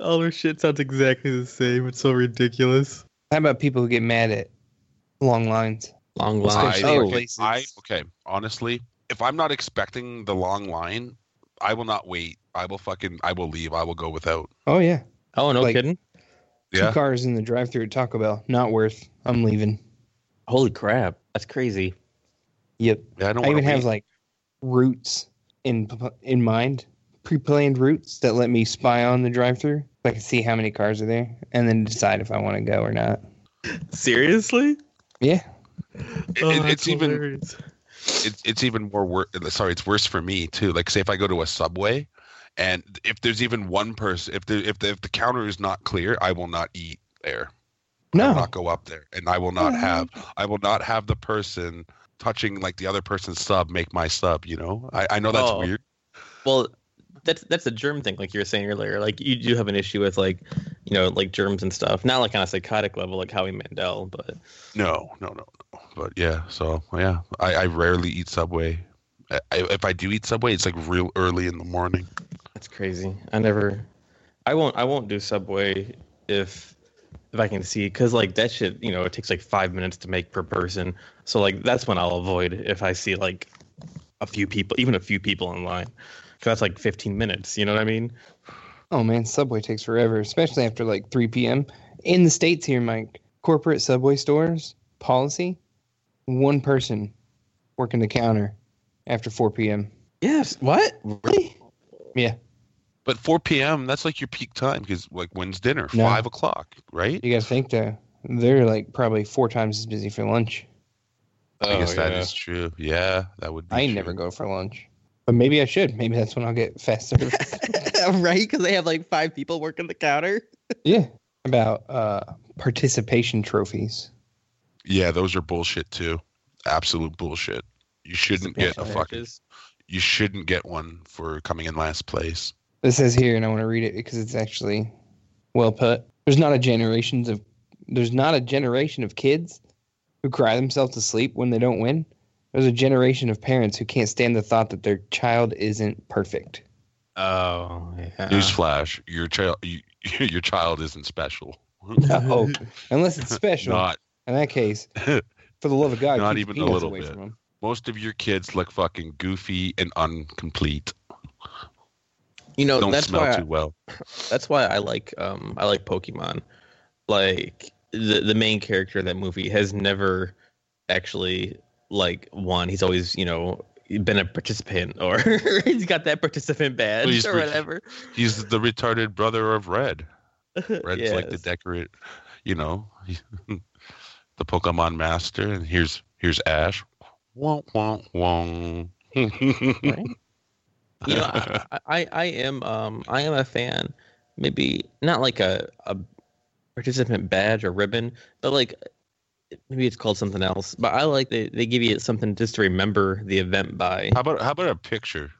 Speaker 3: All their shit sounds exactly the same. It's so ridiculous.
Speaker 2: How about people who get mad at long lines?
Speaker 3: Long
Speaker 2: Let's go
Speaker 4: I,
Speaker 3: lives.
Speaker 2: other
Speaker 4: okay,
Speaker 2: places.
Speaker 4: I okay, honestly, if I'm not expecting the long line, I will not wait. I will fucking I will leave. I will go without.
Speaker 2: Oh yeah,
Speaker 3: Oh, no
Speaker 2: Like-
Speaker 3: kidding.
Speaker 4: Yeah.
Speaker 2: two cars in the drive-through at Taco Bell. Not worth. I'm leaving.
Speaker 3: Holy crap. That's crazy.
Speaker 2: Yep.
Speaker 4: Yeah, I don't
Speaker 2: I
Speaker 4: want
Speaker 2: even
Speaker 4: to
Speaker 2: have like routes in p- in mind, pre-planned routes that let me spy on the drive-through. I can see how many cars are there, and then decide if I want to go or not.
Speaker 3: Seriously?
Speaker 2: Yeah.
Speaker 4: it, it's
Speaker 3: Oh, that's
Speaker 4: even
Speaker 3: hilarious.
Speaker 4: it's it's even more worse. Sorry, it's worse for me too. Like, say if I go to a subway, and if there's even one person, if the if the, if the counter is not clear, I will not eat there. I will
Speaker 2: No. Oh,
Speaker 4: not go up there, and I will not
Speaker 2: Yeah.
Speaker 4: have I will not have the person touching like the other person's sub make my sub. You know, I, I know that's
Speaker 3: Oh.
Speaker 4: weird.
Speaker 3: Well, that's that's a germ thing, like you were saying earlier. Like you do have an issue with like, you know, like germs and stuff. Not like on a psychotic level, like Howie Mandel, but
Speaker 4: No, no, no, no. But yeah, so yeah, I, I rarely eat subway. I, I, if I do eat subway, it's like real early in the morning.
Speaker 3: that's crazy. I never, I won't, I won't do Subway if if I can see, because like that shit, you know, it takes like five minutes to make per person. So like that's when I'll avoid if I see like a few people, even a few people in line, because that's like fifteen minutes. You know what I mean?
Speaker 2: Oh man, Subway takes forever, especially after like 3 p.m. In the states here, Mike, corporate Subway stores policy: one person working the counter after 4 p.m.
Speaker 3: Yes. What? Really?
Speaker 4: But 4 p.m. That's like your peak time because like when's dinner?
Speaker 2: No.
Speaker 4: Five o'clock, right?
Speaker 2: You gotta think though, they're like probably four times as busy for lunch.
Speaker 4: I guess that is
Speaker 3: Oh, yeah.
Speaker 4: true. Yeah, that would. Be
Speaker 2: I
Speaker 4: true.
Speaker 2: never go for lunch, but maybe I should. Maybe that's when I'll get fast service.
Speaker 3: right? Because they have like five people working the counter.
Speaker 2: yeah, about uh, participation trophies.
Speaker 4: Yeah, those are bullshit too. Absolute bullshit. You shouldn't get a fucking. You shouldn't get one for coming in last place.
Speaker 2: This says here, and I want to read it because it's actually well put. There's not a generations of there's not a generation of kids who cry themselves to sleep when they don't win. There's a generation of parents who can't stand the thought that their child isn't perfect.
Speaker 3: Oh, yeah.
Speaker 4: Newsflash: Your child, you, your child isn't special.
Speaker 2: Oh, unless it's special.
Speaker 4: Not
Speaker 2: In that case, for the love of God,
Speaker 4: Not
Speaker 2: keep
Speaker 4: even
Speaker 2: the
Speaker 4: a
Speaker 2: peanuts
Speaker 4: little
Speaker 2: away
Speaker 4: bit.
Speaker 2: from 'em.
Speaker 4: most of your kids look fucking goofy and incomplete.
Speaker 3: you
Speaker 2: Oh,
Speaker 3: know
Speaker 4: Don't
Speaker 3: that's
Speaker 4: smell
Speaker 3: why
Speaker 4: too well.
Speaker 3: that's why I like um I like Pokemon. Like the the main character of that movie has never actually like won. He's always you know been a participant or he's got that participant badge
Speaker 4: he's
Speaker 3: or
Speaker 4: partic-
Speaker 3: whatever.
Speaker 4: He's the retarded brother of Red. Red's like the
Speaker 3: Yes.
Speaker 4: decorate, you know, the Pokemon master. And here's here's Ash. Wong, wong, wong.
Speaker 3: Right? you know, I, I, I am um I am a fan. Maybe not like a, a participant badge or ribbon, but like maybe it's called something else. But I like they, they give you something just to remember the event by.
Speaker 4: How about how about a picture?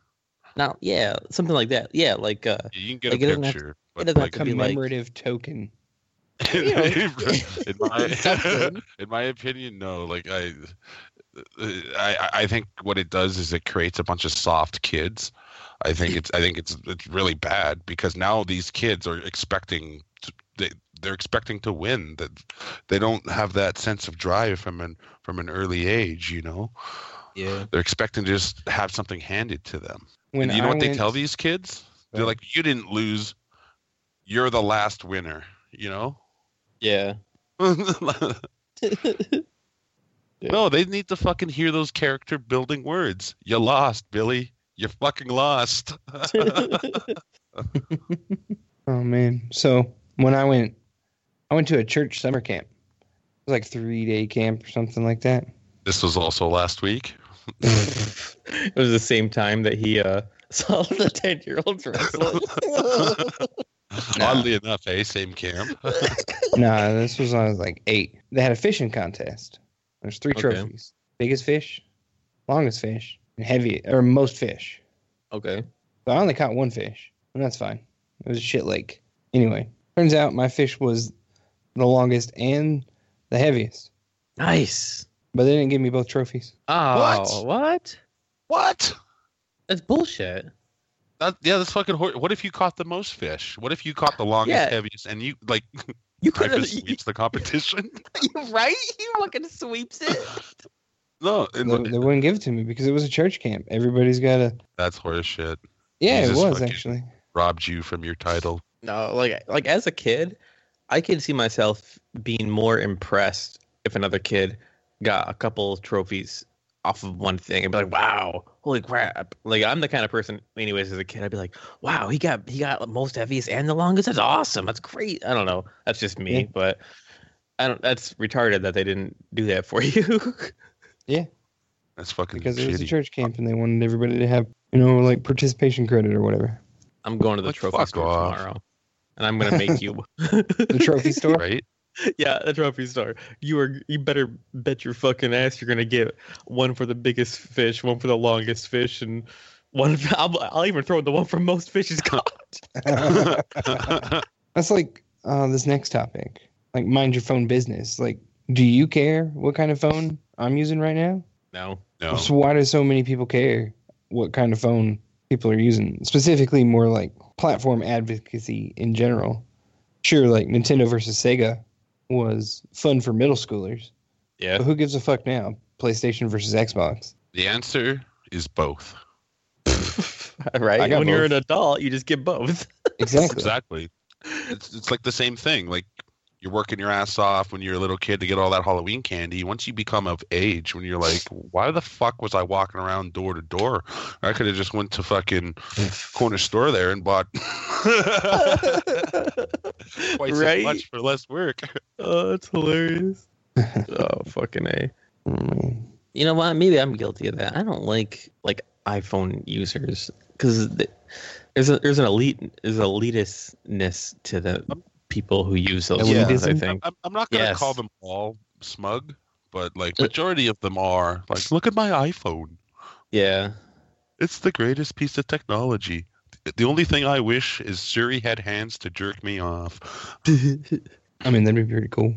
Speaker 3: Now, yeah, something like that. Yeah, like uh,
Speaker 4: You can get
Speaker 3: Like, it
Speaker 4: a
Speaker 3: doesn't have to-
Speaker 4: picture.
Speaker 3: it
Speaker 4: but,
Speaker 3: doesn't
Speaker 4: like,
Speaker 3: have to be like-
Speaker 2: commemorative token.
Speaker 3: you know,
Speaker 4: in, my,
Speaker 3: something.
Speaker 4: in my opinion, no. Like I, uh, I, I think what it does is it creates a bunch of soft kids. I think it's I think it's it's really bad because now these kids are expecting to, they they're expecting to win that they don't have that sense of drive from an from an early age. You know,
Speaker 3: yeah.
Speaker 4: they're expecting to just have something handed to them.
Speaker 2: When
Speaker 4: And you know
Speaker 2: I
Speaker 4: what they
Speaker 2: went-
Speaker 4: tell these kids? They're
Speaker 2: Right.
Speaker 4: like, "You didn't lose. You're the last winner." You know.
Speaker 3: Yeah.
Speaker 4: No, they need to fucking hear those character building words. You lost, Billy. You fucking lost.
Speaker 2: Oh man! So when I went, I went to a church summer camp. It was like three day camp or something like that.
Speaker 4: This was also last week.
Speaker 3: it was the same time that he uh, saw the ten year old wrestling.
Speaker 4: Oddly enough, eh? Same camp.
Speaker 2: nah, this was when I was like eight. They had a fishing contest. There's three
Speaker 3: Okay.
Speaker 2: trophies: biggest fish, longest fish, and heavy or most fish.
Speaker 3: okay.
Speaker 2: So I only caught one fish, and that's fine. It was a shit lake. Anyway, turns out my fish was the longest and the heaviest,
Speaker 3: Nice.
Speaker 2: but they didn't give me both trophies.
Speaker 3: Oh, what?
Speaker 4: What?
Speaker 3: That's bullshit.
Speaker 4: That, yeah, that's fucking. Hor- what if you caught the most fish? What if you caught the longest,
Speaker 3: Yeah.
Speaker 4: heaviest, and you like
Speaker 3: You could have,
Speaker 4: Typhus sweeps the competition?
Speaker 3: right? You fucking sweeps it.
Speaker 4: No, and-
Speaker 2: They, they wouldn't give it to me because it was a church camp. Everybody's got a
Speaker 4: that's horseshit.
Speaker 2: yeah.
Speaker 4: Jesus
Speaker 2: it was
Speaker 4: fucking-
Speaker 2: actually.
Speaker 4: Robbed you from your title.
Speaker 3: No, like like as a kid, I could see myself being more impressed if another kid got a couple trophies off of one thing and be like, "Wow, holy crap!" Like I'm the kind of person, anyways, as a kid, I'd be like, "Wow, he got he got the most heaviest and the longest. That's awesome. That's great." I don't know. That's just me,
Speaker 2: Yeah.
Speaker 3: but I don't. That's retarded that they didn't do that for you.
Speaker 4: That's fucking
Speaker 2: because it was a
Speaker 4: shitty.
Speaker 2: church camp and they wanted everybody to have you know like participation credit or whatever
Speaker 3: I'm going to the
Speaker 4: Like,
Speaker 3: trophy
Speaker 4: fuck
Speaker 3: store
Speaker 4: off.
Speaker 3: tomorrow, and I'm gonna make you
Speaker 2: the trophy store
Speaker 4: Right?
Speaker 3: Yeah, the trophy star. You are. You better bet your fucking ass you're gonna get one for the biggest fish, one for the longest fish, and one. I'll, I'll even throw in the one for most fishes caught.
Speaker 2: that's like uh, this next topic like mind your phone business like do you care what kind of phone i'm using right now
Speaker 3: No.
Speaker 4: no.
Speaker 2: so why do so many people care what kind of phone people are using specifically more like platform advocacy in general sure like nintendo versus sega was fun for middle schoolers
Speaker 3: Yeah.
Speaker 2: but who gives a fuck now playstation versus xbox
Speaker 4: The answer is both.
Speaker 3: right.
Speaker 2: I
Speaker 3: When
Speaker 2: got
Speaker 3: you're an
Speaker 2: both.
Speaker 3: adult, you just get both.
Speaker 2: exactly
Speaker 4: Exactly. It's, it's like the same thing. Like you're working your ass off when you're a little kid to get all that Halloween candy. Once you become of age, when you're like, why the fuck was I walking around door to door? I could have just went to fucking corner store there and bought twice
Speaker 3: right.
Speaker 4: as much for less work.
Speaker 3: Oh, that's hilarious. oh, fucking a.
Speaker 2: Oh, man.
Speaker 3: You know what? Maybe I'm guilty of that. I don't like like iPhone users because there's a, there's an elite there's elitistness to the people who use those.
Speaker 2: Yeah.
Speaker 3: Phones, I
Speaker 2: Elitism?
Speaker 3: think.
Speaker 4: I'm, I'm not gonna
Speaker 3: Yes.
Speaker 4: call them all smug, but like
Speaker 3: Uh,
Speaker 4: majority of them are. Like, look at my iPhone.
Speaker 3: Yeah.
Speaker 4: It's the greatest piece of technology. The only thing I wish is Siri had hands to jerk me off.
Speaker 2: I mean, that'd be pretty cool.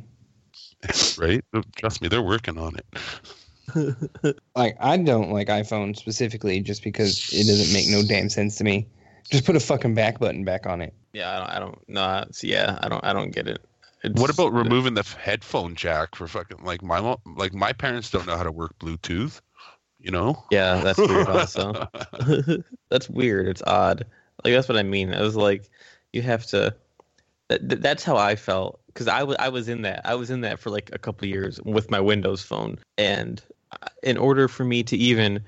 Speaker 4: right? Trust me, they're working on it.
Speaker 2: Like, I don't like iPhone specifically just because it doesn't make no damn sense to me. Just put a fucking back button back on it.
Speaker 3: Yeah, I don't, I don't no, it's- yeah, I don't I don't get it. It's-
Speaker 4: What about removing the f- headphone jack for fucking like my mo- like my parents don't know how to work Bluetooth, you know?
Speaker 3: Yeah, that's weird also. that's weird. It's odd. Like that's what I mean. I was like you have to that, that- that's how I felt cuz I wa- I was in that. I was in that for like a couple of years with my Windows phone and I- in order for me to even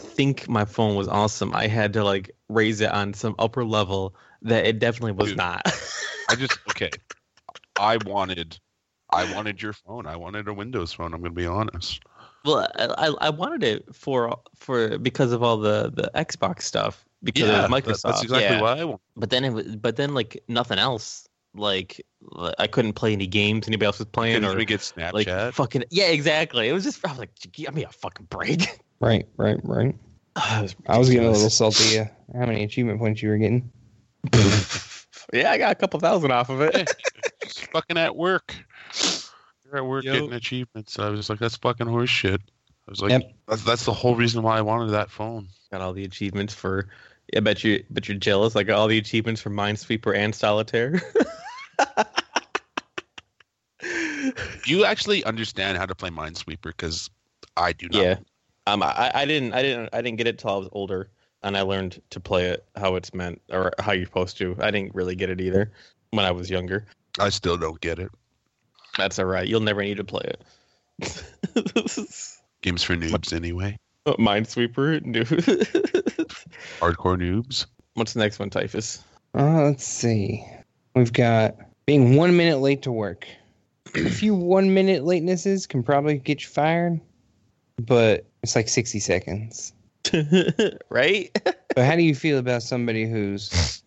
Speaker 3: think my phone was awesome, I had to like raise it on some upper level that it definitely was
Speaker 4: Dude.
Speaker 3: not.
Speaker 4: I just okay. I wanted I wanted your phone. I wanted a Windows phone. I'm going to be honest.
Speaker 3: Well, I, I- I wanted it for for because of all the the Xbox stuff because of
Speaker 4: that-
Speaker 3: Microsoft.
Speaker 4: That's exactly
Speaker 3: yeah.
Speaker 4: why I wanted.
Speaker 3: But then it was, but then like nothing else. Like uh, I couldn't play any games anybody else was playing
Speaker 4: Couldn't
Speaker 3: or
Speaker 4: we get Snapchat?
Speaker 3: like fucking yeah exactly. It was just I was like give me a fucking break.
Speaker 2: Right, right, right. I was getting a little salty. Uh, how many achievement points you were getting?
Speaker 3: yeah, I got a couple thousand off of it.
Speaker 4: It's fucking at work. You're at work
Speaker 3: Yo.
Speaker 4: getting achievements. I was like, that's fucking horse shit. I was like,
Speaker 2: Yep.
Speaker 4: that's, that's the whole reason why I wanted that phone.
Speaker 3: got all the achievements for. I bet you, but you're jealous. Like all the achievements for Minesweeper and Solitaire.
Speaker 4: You actually understand how to play Minesweeper because I do not.
Speaker 3: yeah, um, I, I didn't, I didn't, I didn't get it till I was older, and I learned to play it how it's meant or how you're supposed to. I didn't really get it either when I was younger.
Speaker 4: I still don't get it.
Speaker 3: That's all right. You'll never need to play it.
Speaker 4: Games for noobs, anyway.
Speaker 3: Minesweeper, new.
Speaker 4: Hardcore noobs.
Speaker 3: What's the next one, Typhus?
Speaker 2: Uh, let's see. We've got being one minute late to work. a few one minute latenesses can probably get you fired, but it's like 60 seconds.
Speaker 3: right?
Speaker 2: But how do you feel about somebody who's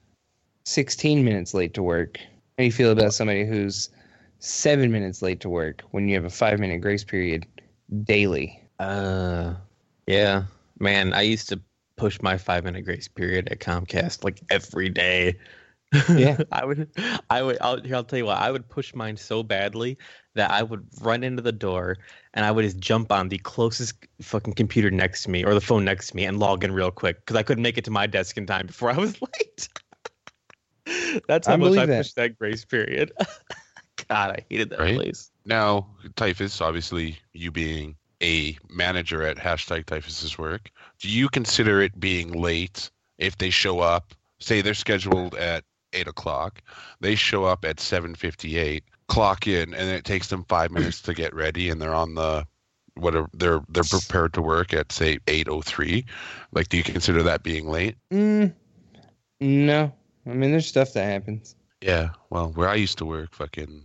Speaker 2: 16 minutes late to work? How do you feel about somebody who's seven minutes late to work when you have a five minute grace period daily?
Speaker 3: Uh, yeah, man. I used to push my five minute grace period at Comcast like every day.
Speaker 2: Yeah.
Speaker 3: I would, I would. I'll, here, I'll tell you what. I would push mine so badly that I would run into the door and I would just jump on the closest fucking computer next to me or the phone next to me and log in real quick because I couldn't make it to my desk in time before I was late. That's how
Speaker 2: I
Speaker 3: much I
Speaker 2: believe that.
Speaker 3: pushed that grace period. God, I hated that
Speaker 4: Right?
Speaker 3: place.
Speaker 4: Now, Typhus, obviously, you being a manager at hashtag Typhus's work, do you consider it being late if they show up? Say they're scheduled at eight o'clock, they show up at seven fifty-eight, clock in, and it takes them five minutes to get ready, and they're on the whatever they're they're prepared to work at say eight oh three. Like, do you consider that being late?
Speaker 2: Mm, no. I mean, there's stuff that happens.
Speaker 4: Yeah, well, where I used to work, fucking,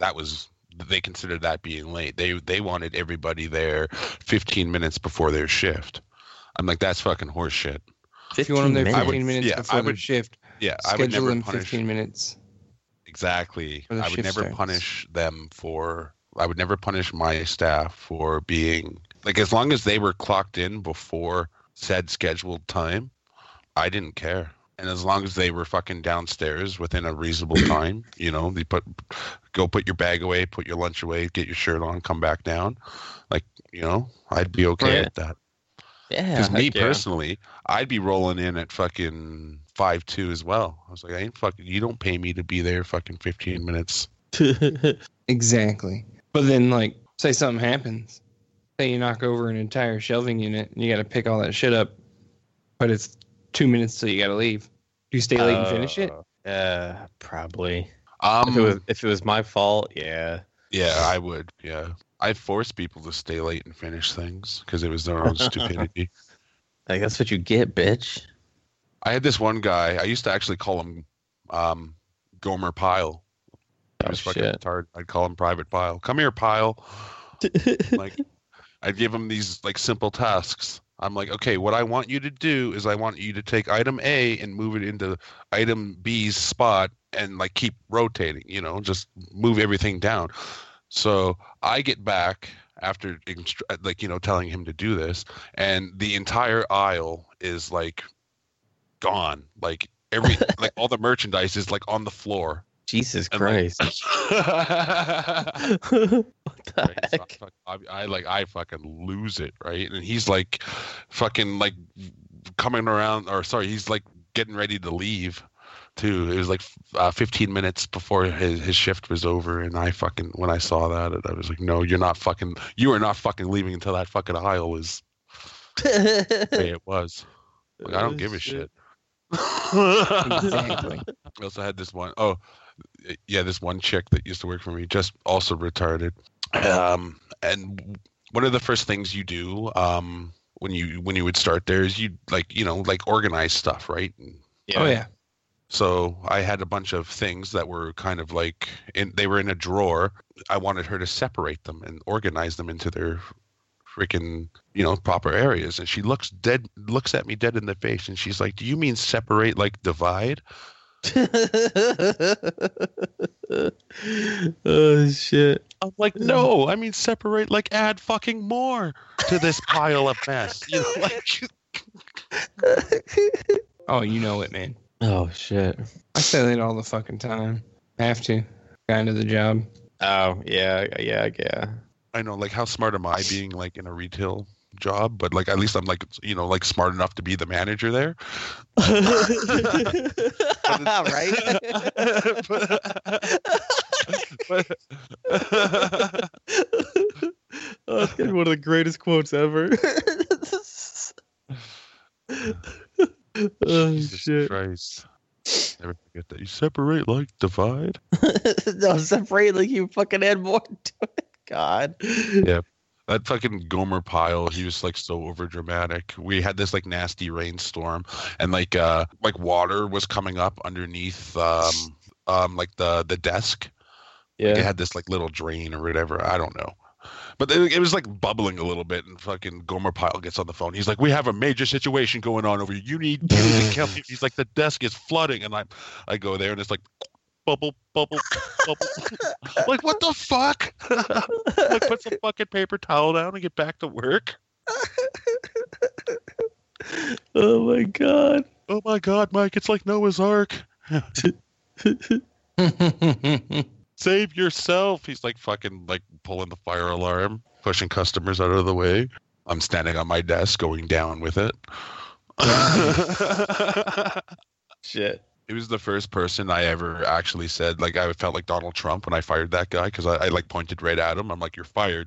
Speaker 4: that was they considered that being late. They they wanted everybody there 15 minutes before their shift. I'm like, that's fucking horseshit.
Speaker 2: If you want them there 15
Speaker 4: I would-
Speaker 2: minutes
Speaker 4: yeah,
Speaker 2: before
Speaker 4: I
Speaker 2: their
Speaker 4: would-
Speaker 2: shift,
Speaker 4: Yeah, I would
Speaker 2: schedule
Speaker 4: never
Speaker 2: them
Speaker 4: punish
Speaker 2: 15 minutes.
Speaker 4: exactly.
Speaker 2: Or the
Speaker 4: I would
Speaker 2: shift
Speaker 4: never
Speaker 2: starts.
Speaker 4: punish them for. I would never punish my staff for being like as long as they were clocked in before said scheduled time, I didn't care. And as long as they were fucking downstairs within a reasonable time, you know, they put go put your bag away, put your lunch away, get your shirt on, come back down. Like, you know, I'd be okay
Speaker 3: Right.
Speaker 4: with that.
Speaker 3: Yeah,
Speaker 4: Because me
Speaker 3: heck yeah.
Speaker 4: personally, I'd be rolling in at fucking five two as well. I was like, I ain't fucking. You don't pay me to be there fucking fifteen minutes.
Speaker 2: Exactly. But then, like, say something happens. Say you knock over an entire shelving unit and you got to pick all that shit up, but it's two minutes till you got to leave. Do you stay late
Speaker 4: Oh.
Speaker 2: and finish it?
Speaker 3: Uh, probably.
Speaker 4: Um,
Speaker 3: if it was if it was my fault, yeah.
Speaker 4: yeah, I would. Yeah, I forced people to stay late and finish things because it was their own stupidity.
Speaker 3: Like that's what you get, bitch.
Speaker 4: I had this one guy. I used to actually call him um, Gomer Pyle. He
Speaker 3: Oh,
Speaker 4: was fucking
Speaker 3: shit.
Speaker 4: retarded. I'd call him Private Pyle. Come here, Pyle. like, I'd give him these like simple tasks. I'm like, okay, what I want you to do is I want you to take item A and move it into item B's spot and like keep rotating. You know, just move everything down. So I get back after instru- like you know telling him to do this, and the entire aisle is like gone. Like every like all the merchandise is like on the floor.
Speaker 3: Jesus
Speaker 4: And, like-
Speaker 3: Christ.
Speaker 4: Right?
Speaker 3: what the
Speaker 4: So I,
Speaker 3: heck?
Speaker 4: fuck- I- I, like I fucking lose it, right? And he's like fucking like coming around or sorry, he's like getting ready to leave too. It was like uh, 15 minutes before his, his shift was over and I fucking when I saw that I was like no, you're not fucking you are not fucking leaving until that fucking aisle is the way it was. Like, I don't give a shit.
Speaker 2: Exactly.
Speaker 4: I also had this one oh yeah, this one chick that used to work for me, just also retarded. Um, and one of the first things you do um, when you when you would start there is you like you know like organize stuff, right? And
Speaker 2: Oh, yeah.
Speaker 4: So I had a bunch of things that were kind of like in, they were in a drawer. I wanted her to separate them and organize them into their freaking you know proper areas. And she looks dead, looks at me dead in the face, and she's like, "Do you mean separate like divide?"
Speaker 3: oh shit!
Speaker 4: I'm like, "No, I mean separate like add fucking more to this pile of mess." You know, like
Speaker 2: Oh, you know it, man.
Speaker 3: Oh shit!
Speaker 2: I say that all the fucking time. I have to. Kind of the job.
Speaker 3: Oh yeah, yeah, yeah.
Speaker 4: I know, like, how smart am I being like in a retail job? But like, at least I'm like, you know, like smart enough to be the manager there.
Speaker 3: right? oh, it's gonna be one of the greatest quotes ever. oh
Speaker 4: Jesus
Speaker 3: shit!
Speaker 4: Christ. Never forget that. You separate like divide.
Speaker 3: no, separate like you fucking add more to it. God.
Speaker 4: That fucking Gomer Pyle, he was like so overdramatic. We had this like nasty rainstorm and like uh like water was coming up underneath um um like the the desk It
Speaker 3: Yeah.
Speaker 4: had this like little drain or whatever. I don't know. But it it was like bubbling a little bit, and fucking Gomer Pyle gets on the phone. He's like, "We have a major situation going on over here. You need you need to help." He's like, "The desk is flooding," and I, I go there, and it's like, bubble, bubble, bubble. like, what the fuck? like, put some fucking paper towel down and get back to work.
Speaker 3: oh my god.
Speaker 4: Oh my god, Mike, it's like Noah's Ark. Save yourself. He's like fucking like pulling the fire alarm, pushing customers out of the way. I'm standing on my desk going down with it.
Speaker 3: Shit.
Speaker 4: He was the first person I ever actually said like I felt like Donald Trump when I fired that guy because I, I like pointed right at him. I'm like, You're fired.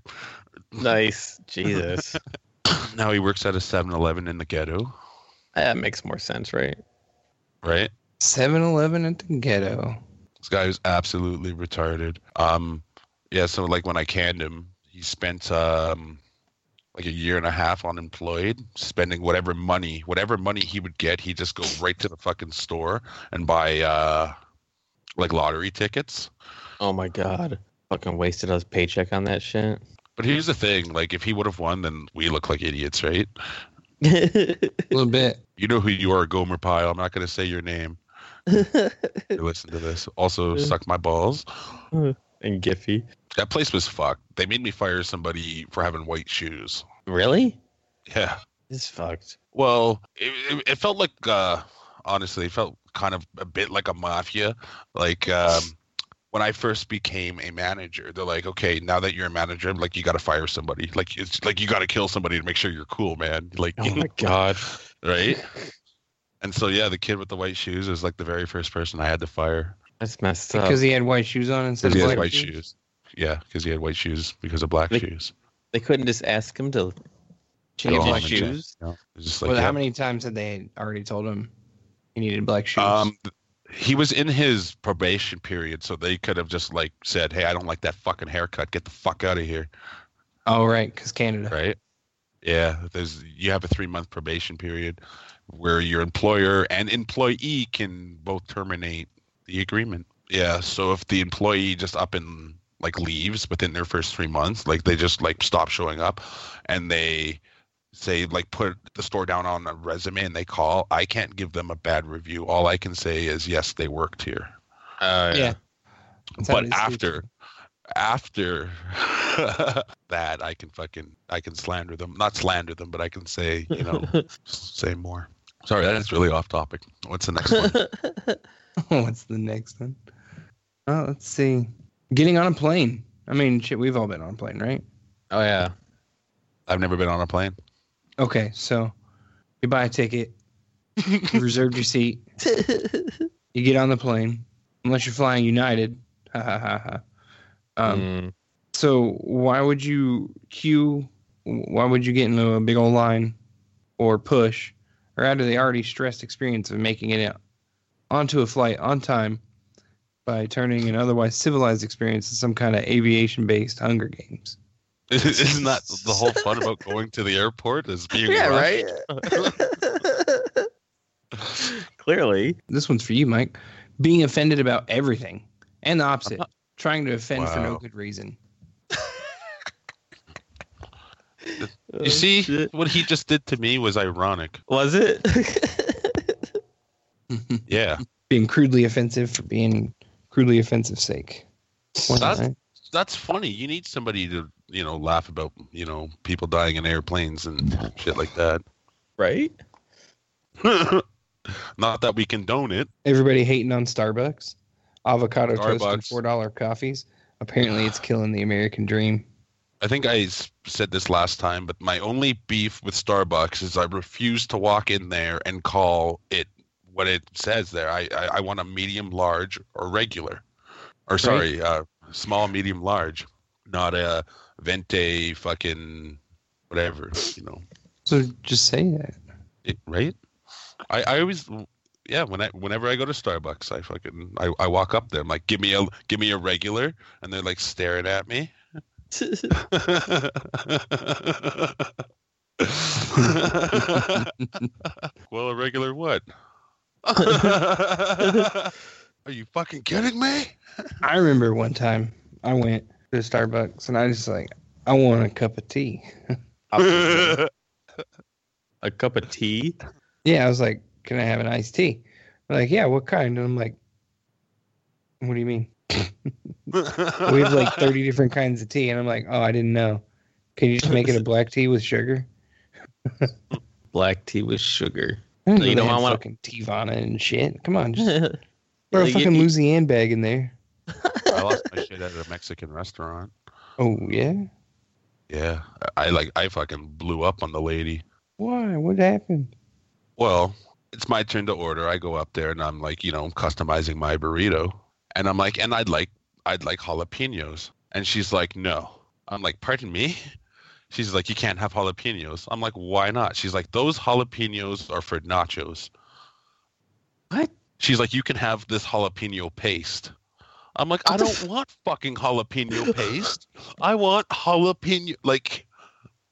Speaker 3: Nice. Jesus.
Speaker 4: Now he works at a 7 Eleven in the ghetto,
Speaker 3: that makes more sense, right?
Speaker 4: right?
Speaker 2: 7 Eleven at the ghetto.
Speaker 4: This guy was absolutely retarded. Um, yeah. So like when I canned him, he spent um, like a year and a half unemployed, spending whatever money, whatever money he would get, he'd just go right to the fucking store and buy uh, like lottery tickets.
Speaker 3: Oh my god. Fucking wasted his paycheck on that shit.
Speaker 4: But here's the thing: like if he would have won, then we look like idiots, right?
Speaker 2: A little bit.
Speaker 4: You know who you are, Gomer Pyle. I'm not gonna say your name. if you Listen to this. Also,
Speaker 3: Yeah.
Speaker 4: suck my balls.
Speaker 3: and Giphy.
Speaker 4: That place was fucked. They made me fire somebody for having white shoes.
Speaker 3: Really?
Speaker 4: Yeah.
Speaker 3: It's fucked.
Speaker 4: Well, it, it, it felt like uh, honestly, it felt kind of a bit like a mafia. Like um, when I first became a manager, they're like, "Okay, now that you're a manager, like you got to fire somebody. Like it's like you got to kill somebody to make sure you're cool, man. Like,
Speaker 3: Oh my god.
Speaker 4: right?" And so yeah, the kid with the white shoes is like the very first person I had to fire
Speaker 3: That's messed up.
Speaker 2: Because he had white shoes on instead
Speaker 4: because
Speaker 2: of
Speaker 4: uh, he
Speaker 2: black
Speaker 4: had white
Speaker 2: shoes.
Speaker 4: shoes. Yeah, because he had white shoes because of black
Speaker 3: Like,
Speaker 4: shoes.
Speaker 3: they couldn't just ask him to
Speaker 2: He had
Speaker 3: change
Speaker 4: Go
Speaker 2: black
Speaker 4: home and
Speaker 2: shoes.
Speaker 4: check, you know? It's just like,
Speaker 2: well,
Speaker 4: yeah.
Speaker 2: how many times had they already told him he needed black shoes?
Speaker 4: Um, th- he was in his probation period, so they could have just like said, "Hey, I don't like that fucking haircut. Get the fuck out of here."
Speaker 2: oh, right, because Canada.
Speaker 4: Right? Yeah. There's you have a three month probation period where your employer and employee can both terminate the agreement. Yeah. So if the employee just up and like leaves within their first three months, like they just like stop showing up, and they say like put the store down on a resume and they call i can't give them a bad review all i can say is yes they worked here
Speaker 3: Uh,
Speaker 2: Yeah. That's how it
Speaker 4: but
Speaker 2: is.
Speaker 4: after after that i can fucking i can slander them not slander them but i can say you know say more sorry that's really off topic what's the next one
Speaker 2: What's the next one? Oh, let's see. Getting on a plane. I mean, shit, we've all been on a plane, right?
Speaker 3: oh yeah.
Speaker 4: i've never been on a plane
Speaker 2: Okay, so you buy a ticket, you reserved your seat, you get on the plane, unless you're flying United. Ha ha ha ha. Um,
Speaker 3: Mm.
Speaker 2: So why would you queue? Why would you get into a big old line or push or out of the already stressed experience of making it out onto a flight on time by turning an otherwise civilized experience into some kind of aviation based Hunger Games?
Speaker 4: isn't that the whole fun about
Speaker 3: Mm.
Speaker 4: going to the airport is being
Speaker 3: yeah,
Speaker 4: rushed?
Speaker 3: right. Clearly.
Speaker 2: This one's for you, Mike. Being offended about everything, and the opposite,
Speaker 4: Uh-huh.
Speaker 2: trying to offend for no
Speaker 4: Wow.
Speaker 2: good reason.
Speaker 3: Oh,
Speaker 4: You see,
Speaker 3: shit.
Speaker 4: what he just did to me was ironic.
Speaker 3: Was it?
Speaker 4: Yeah.
Speaker 2: Being crudely offensive for being crudely offensive sake. Well,
Speaker 4: That's-
Speaker 2: right.
Speaker 4: that's funny. You need somebody to, you know, laugh about, you know, people dying in airplanes and shit like that.
Speaker 3: right?
Speaker 4: Not that we condone it.
Speaker 2: Everybody hating on Starbucks, avocado toast, and
Speaker 4: Starbucks.
Speaker 2: four dollar coffees. Apparently, it's killing the American dream.
Speaker 4: I think I s- said this last time, but my only beef with Starbucks is I refuse to walk in there and call it what it says there. I, I, I want a medium, large, or regular. Or sorry, uh, small, medium, large. Not a vente fucking whatever, you know.
Speaker 2: So just say that.
Speaker 4: It- right? I, I always, yeah. When I whenever I go to Starbucks, I fucking I, I walk up there. I'm like, give me a give me a regular, and they're like staring at me. well, a regular what? Are you fucking kidding me?
Speaker 2: I remember one time I went to Starbucks and I just like I want a cup of tea.
Speaker 3: a cup of tea?
Speaker 2: Yeah, I was like, "Can I have an iced tea?" They're like, "Yeah, what kind?" And I'm like, "What do you mean?" We have like 30 different kinds of tea, and I'm like, "Oh, I didn't know. Can you just make it a black tea with sugar?"
Speaker 3: Black tea with sugar.
Speaker 2: I didn't
Speaker 3: You
Speaker 2: know
Speaker 3: know,
Speaker 2: they
Speaker 3: I
Speaker 2: had
Speaker 3: wanna-
Speaker 2: fucking Tivana and shit. Come on, just
Speaker 3: That's
Speaker 2: throw a
Speaker 3: you-
Speaker 2: fucking
Speaker 3: you-
Speaker 2: Louisiana bag in there.
Speaker 4: I lost my shit at a Mexican restaurant.
Speaker 2: Oh yeah,
Speaker 4: Yeah, I I, like I fucking blew up on the lady.
Speaker 2: why? What happened?
Speaker 4: well, it's my turn to order. I go up there and I'm like, you know, I'm customizing my burrito. And I'm like, and I'd like I'd like jalapenos. And she's like, no. I'm like, pardon me? She's like, you can't have jalapenos. I'm like, why not? She's like, those jalapenos are for nachos.
Speaker 3: What?
Speaker 4: She's like, you can have this jalapeno paste. I'm like, I
Speaker 3: What the
Speaker 4: don't want fucking jalapeno paste. I want jalapeno like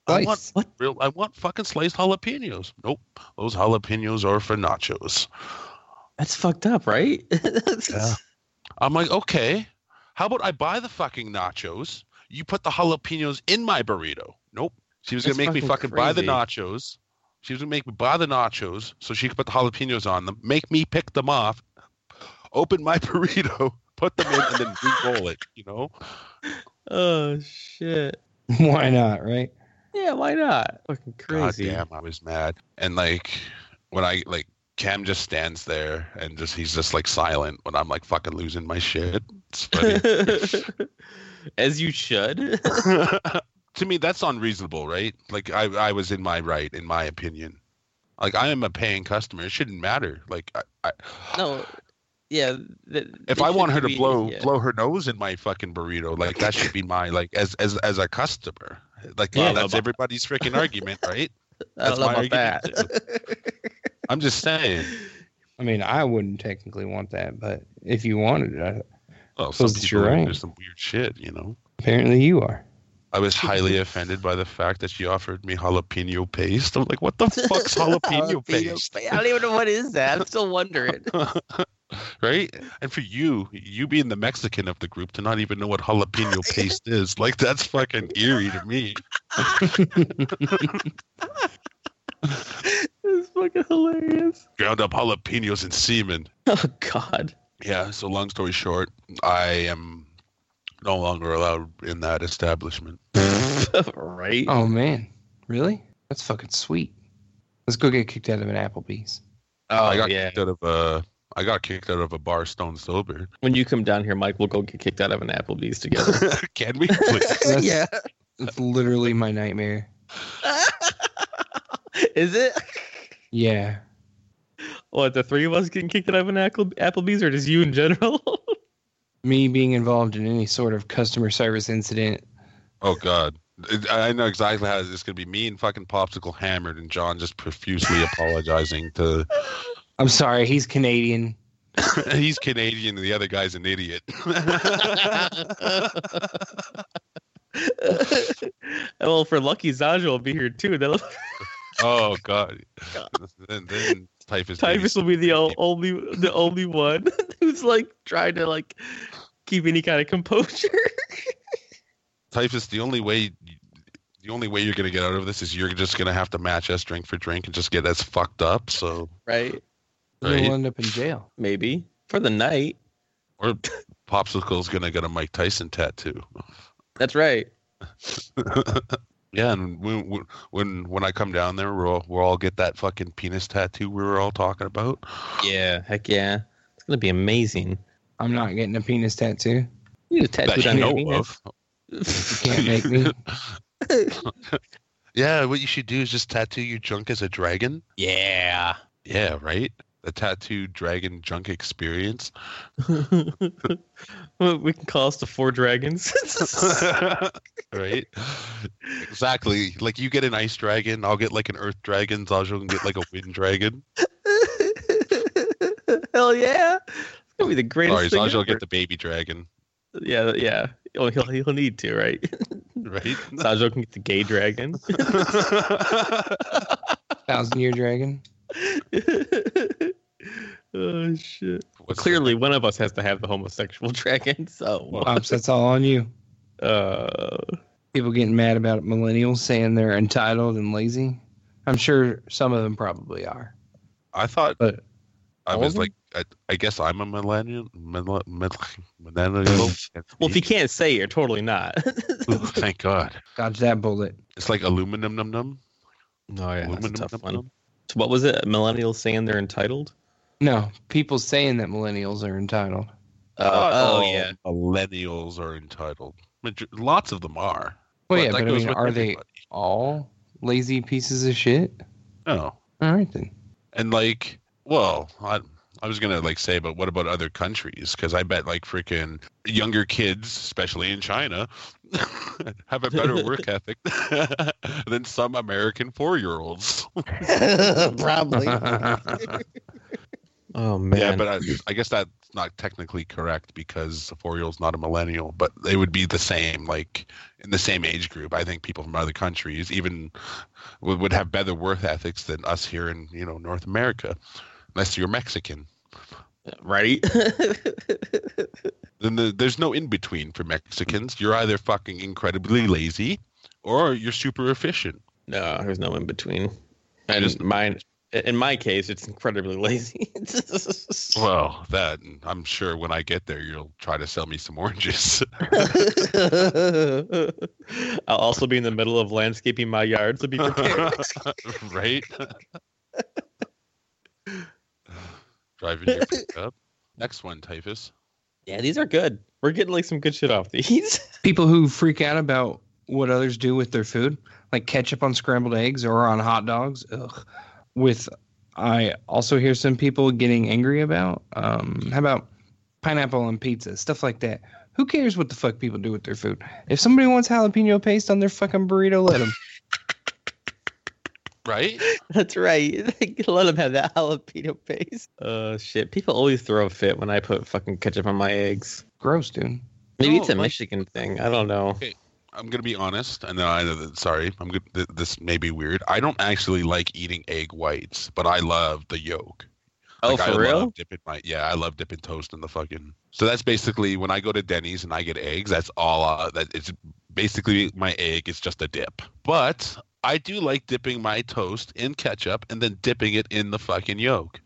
Speaker 4: I want
Speaker 2: Slice.
Speaker 4: real I want fucking sliced jalapenos. Nope. Those jalapenos are for nachos.
Speaker 3: fucked up, right?
Speaker 4: Yeah. I'm like, okay. How about I buy the fucking nachos? You put the jalapenos in my burrito. Nope. She was gonna
Speaker 3: That's
Speaker 4: make me
Speaker 3: fucking
Speaker 4: fucking buy the
Speaker 3: crazy.
Speaker 4: nachos. She was gonna make me buy the nachos so she could put the jalapenos on them, make me pick them off, open my burrito, put them in, and then re-roll it, you know?
Speaker 3: Oh shit.
Speaker 2: why not? Right?
Speaker 3: Yeah, why not? Fucking
Speaker 4: God
Speaker 3: crazy.
Speaker 4: damn, I was mad. And like when I like Cam just stands there and just he's just like silent when I'm like fucking losing my shit. It's funny.
Speaker 3: As you should.
Speaker 4: to me that's unreasonable, right? Like I I was in my right in my opinion. Like I am a paying customer. It shouldn't matter. Like I, I,
Speaker 3: no. Yeah. th-
Speaker 4: if
Speaker 3: they
Speaker 4: I want her
Speaker 3: shouldn't
Speaker 4: to
Speaker 3: be-
Speaker 4: blow
Speaker 3: yeah.
Speaker 4: blow her nose in my fucking burrito, like that should be my like as as as a customer. Like
Speaker 3: Yeah.
Speaker 4: that's everybody's freaking argument, right?
Speaker 3: I don't
Speaker 4: that's
Speaker 3: know
Speaker 4: my
Speaker 3: about that.
Speaker 4: I'm just saying.
Speaker 2: I mean, I wouldn't technically want that, but if you wanted it, I-
Speaker 4: Well, some
Speaker 2: Suppose that
Speaker 4: people
Speaker 2: you're right.
Speaker 4: do some weird shit, you know.
Speaker 2: apparently you are.
Speaker 4: I was highly offended by the fact that she offered me jalapeno paste. I'm like, what the fuck's jalapeno, paste?
Speaker 3: I don't even know what is that. I'm still wondering.
Speaker 4: Right? And for you, you being the Mexican of the group to not even know what jalapeno paste is, like that's fucking eerie to me.
Speaker 3: It's fucking hilarious.
Speaker 4: Ground up jalapenos and semen.
Speaker 3: Oh god.
Speaker 4: Yeah, so long story short, I am no longer allowed in that establishment.
Speaker 3: right.
Speaker 2: Oh man, really? That's fucking sweet. Let's go get kicked out of an Applebee's.
Speaker 3: Oh,
Speaker 2: Oh,
Speaker 4: I got kicked out of a I got kicked out of a bar stone sober.
Speaker 3: When you come down here, Mike, we'll go get kicked out of an Applebee's together.
Speaker 4: Can we please?
Speaker 2: That's- It's literally my nightmare.
Speaker 3: Is it?
Speaker 2: Yeah.
Speaker 3: What, the three of us getting kicked out of an Apple- Applebee's or just you in general?
Speaker 2: Me being involved in any sort of customer service incident.
Speaker 4: Oh God, I I know exactly how it's going to be. Me and fucking popsicle hammered, and John just profusely apologizing to.
Speaker 2: I'm sorry, he's Canadian.
Speaker 4: He's Canadian, and the other guy's an idiot.
Speaker 3: well, for Lucky Zaja will be here too. That'll
Speaker 4: oh God. Then, then Typhus.
Speaker 3: Typhus will be the o- only the only one who's like trying to like keep any kind of composure.
Speaker 4: Typhus, the only way, the only way you're gonna get out of this is you're just gonna have to match us drink for drink and just get us fucked up. So
Speaker 3: right?
Speaker 4: Right.
Speaker 2: You'll end up in jail.
Speaker 3: Maybe for the night.
Speaker 4: or popsicle's gonna get a Mike Tyson tattoo.
Speaker 3: That's right.
Speaker 4: yeah, and when when when I come down there, we'll we'll all get that fucking penis tattoo we were all talking about.
Speaker 3: Yeah. Heck yeah. It's gonna be amazing.
Speaker 2: I'm not getting a penis tattoo.
Speaker 3: You need a
Speaker 4: That
Speaker 3: tattoo
Speaker 4: you
Speaker 3: on your
Speaker 4: know
Speaker 3: penis.
Speaker 4: of.
Speaker 2: Can't make me.
Speaker 4: Yeah, what you should do is just tattoo your junk as a dragon.
Speaker 3: yeah.
Speaker 4: Yeah, right. The tattoo dragon junk experience.
Speaker 3: Well, we can call us the Four Dragons.
Speaker 4: right? Exactly. Like you get an ice dragon, I'll get like an earth dragon, Zajo can get like a wind dragon.
Speaker 3: Hell yeah! It's gonna be the greatest
Speaker 4: Sorry,
Speaker 3: thing.
Speaker 4: Zajo will
Speaker 3: ever.
Speaker 4: get the baby dragon.
Speaker 3: Yeah, yeah. Oh, he'll he'll need to, right?
Speaker 4: Right?
Speaker 3: Sajo can get the gay dragon.
Speaker 2: Thousand year dragon.
Speaker 3: oh shit!
Speaker 4: What's
Speaker 3: Clearly, one of us has to have the homosexual dragon. So,
Speaker 2: Pops, that's all on you.
Speaker 3: uh,
Speaker 2: People getting mad about millennials saying they're entitled and lazy. I'm sure some of them probably are.
Speaker 4: I thought
Speaker 2: But-
Speaker 4: I
Speaker 2: All
Speaker 4: was
Speaker 2: of
Speaker 4: like I, I guess I'm a millennial millennial, millennial.
Speaker 3: well, if you can't say, it, you're totally not.
Speaker 4: thank God.
Speaker 2: Dodge that bullet.
Speaker 4: It's like aluminum num num.
Speaker 3: no, yeah, that's a
Speaker 4: aluminum
Speaker 3: tough
Speaker 4: num
Speaker 3: one. So what was it? Millennials saying they're entitled?
Speaker 2: No, people saying that millennials are entitled.
Speaker 3: Uh, oh yeah.
Speaker 4: Millennials are entitled. Major- Lots of them are.
Speaker 2: Well, yeah,
Speaker 4: that
Speaker 2: but I
Speaker 4: goes
Speaker 2: mean,
Speaker 4: with
Speaker 2: are they
Speaker 4: everybody.
Speaker 2: all lazy pieces of shit?
Speaker 4: No.
Speaker 2: All right then.
Speaker 4: and like well i i was gonna like say but what about other countries because i bet like freaking younger kids especially in china have a better work ethic than some american four-year-olds
Speaker 3: Probably. oh man.
Speaker 4: yeah but I, I guess that's not technically correct because a four-year-old's not a millennial but they would be the same like in the same age group i think people from other countries even would, would have better work ethics than us here in you know north america unless you're mexican
Speaker 3: right?
Speaker 4: then the, there's no in between for Mexicans. You're either fucking incredibly lazy or you're super efficient.
Speaker 3: no, there's no in between. And
Speaker 4: Just-
Speaker 3: mine, in my case, it's incredibly lazy.
Speaker 4: Well, that I'm sure when I get there, you'll try to sell me some oranges.
Speaker 3: I'll also be in the middle of landscaping my yard, so be prepared.
Speaker 4: right? Driving your pickup. Next one, Typhus.
Speaker 3: yeah, these are good. We're getting like some good shit off these.
Speaker 2: People who freak out about what others do with their food, like ketchup on scrambled eggs or on hot dogs. Ugh. With I also hear some people getting angry about. Um, how about pineapple on pizza, stuff like that. Who cares what the fuck people do with their food? If somebody wants jalapeno paste on their fucking burrito, let them.
Speaker 4: Right?
Speaker 3: That's right. Let them have that jalapeno paste. Uh, shit. People always throw a fit when I put fucking ketchup on my eggs.
Speaker 2: Gross, dude.
Speaker 3: Maybe
Speaker 4: No,
Speaker 3: it's a
Speaker 4: like-
Speaker 3: Michigan thing. I don't know.
Speaker 4: I'm gonna be honest, and then I know that. Sorry, I'm good. th- This may be weird. I don't actually like eating egg whites, but I love the yolk.
Speaker 3: Oh,
Speaker 4: Like,
Speaker 3: for
Speaker 4: I
Speaker 3: real?
Speaker 4: Love dipping my yeah, I love dipping toast in the fucking. So that's basically when I go to Denny's and I get eggs. That's all. Uh, that it's basically my egg. It's just a dip. But I do like dipping my toast in ketchup and then dipping it in the fucking yolk.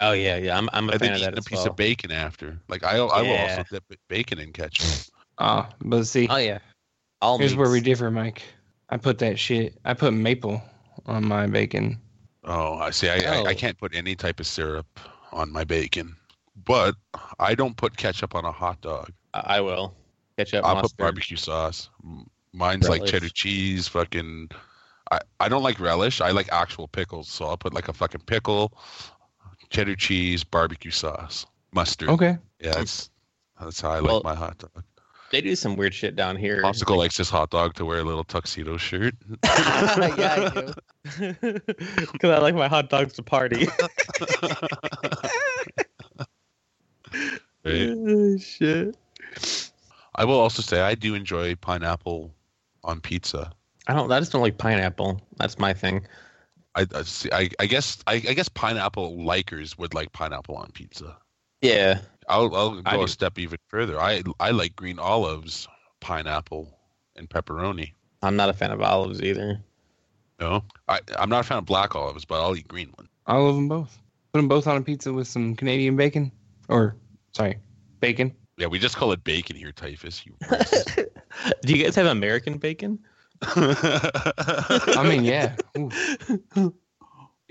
Speaker 3: Oh yeah, yeah. I'm I'm a
Speaker 4: I
Speaker 3: fan
Speaker 4: think
Speaker 3: of
Speaker 4: eating
Speaker 3: that
Speaker 4: a
Speaker 3: as
Speaker 4: piece
Speaker 3: well.
Speaker 4: of bacon after. Like I, I will
Speaker 3: Yeah.
Speaker 4: also dip bacon in ketchup.
Speaker 2: Ah, but see,
Speaker 3: oh yeah. All
Speaker 2: here's where we
Speaker 3: meats.
Speaker 2: differ, Mike. I put that shit. I put maple on my bacon.
Speaker 4: Oh, I see. I, I,
Speaker 3: Oh.
Speaker 4: I can't put any type of syrup on my bacon, but I don't put ketchup on a hot dog.
Speaker 3: I I will ketchup.
Speaker 4: I'll put
Speaker 3: mustard.
Speaker 4: barbecue sauce. M- Mine's like
Speaker 3: Relish.
Speaker 4: cheddar cheese, fucking. I, I don't like relish. I like actual pickles. So I'll put like a fucking pickle, cheddar cheese, barbecue sauce, mustard.
Speaker 2: Okay.
Speaker 4: Yeah, that's, that's how I
Speaker 3: Well-
Speaker 4: like my hot dog.
Speaker 3: They do some weird shit down here.
Speaker 4: Popsicle likes his hot dog to wear a little tuxedo shirt.
Speaker 3: yeah, I do. Because I like my hot dogs to party.
Speaker 4: Right?
Speaker 3: Oh, Shit.
Speaker 4: I will also say I do enjoy pineapple on pizza.
Speaker 3: I don't. I just don't like pineapple. That's my thing.
Speaker 4: I, I see. I, I guess I, I guess pineapple likers would like pineapple on pizza.
Speaker 3: Yeah.
Speaker 4: I'll I'll
Speaker 3: I
Speaker 4: go
Speaker 3: do.
Speaker 4: a step even further. I I like green olives, pineapple, and pepperoni.
Speaker 3: I'm not a fan of olives either.
Speaker 4: No, I I'm not a fan of black olives, but I'll eat green ones.
Speaker 2: I'll love them both. Put them both on a pizza with some Canadian bacon, or sorry, bacon.
Speaker 4: Yeah, we just call it bacon here, typhus. You. racist.
Speaker 3: Do you guys have American bacon?
Speaker 2: I mean, yeah. Ooh. Do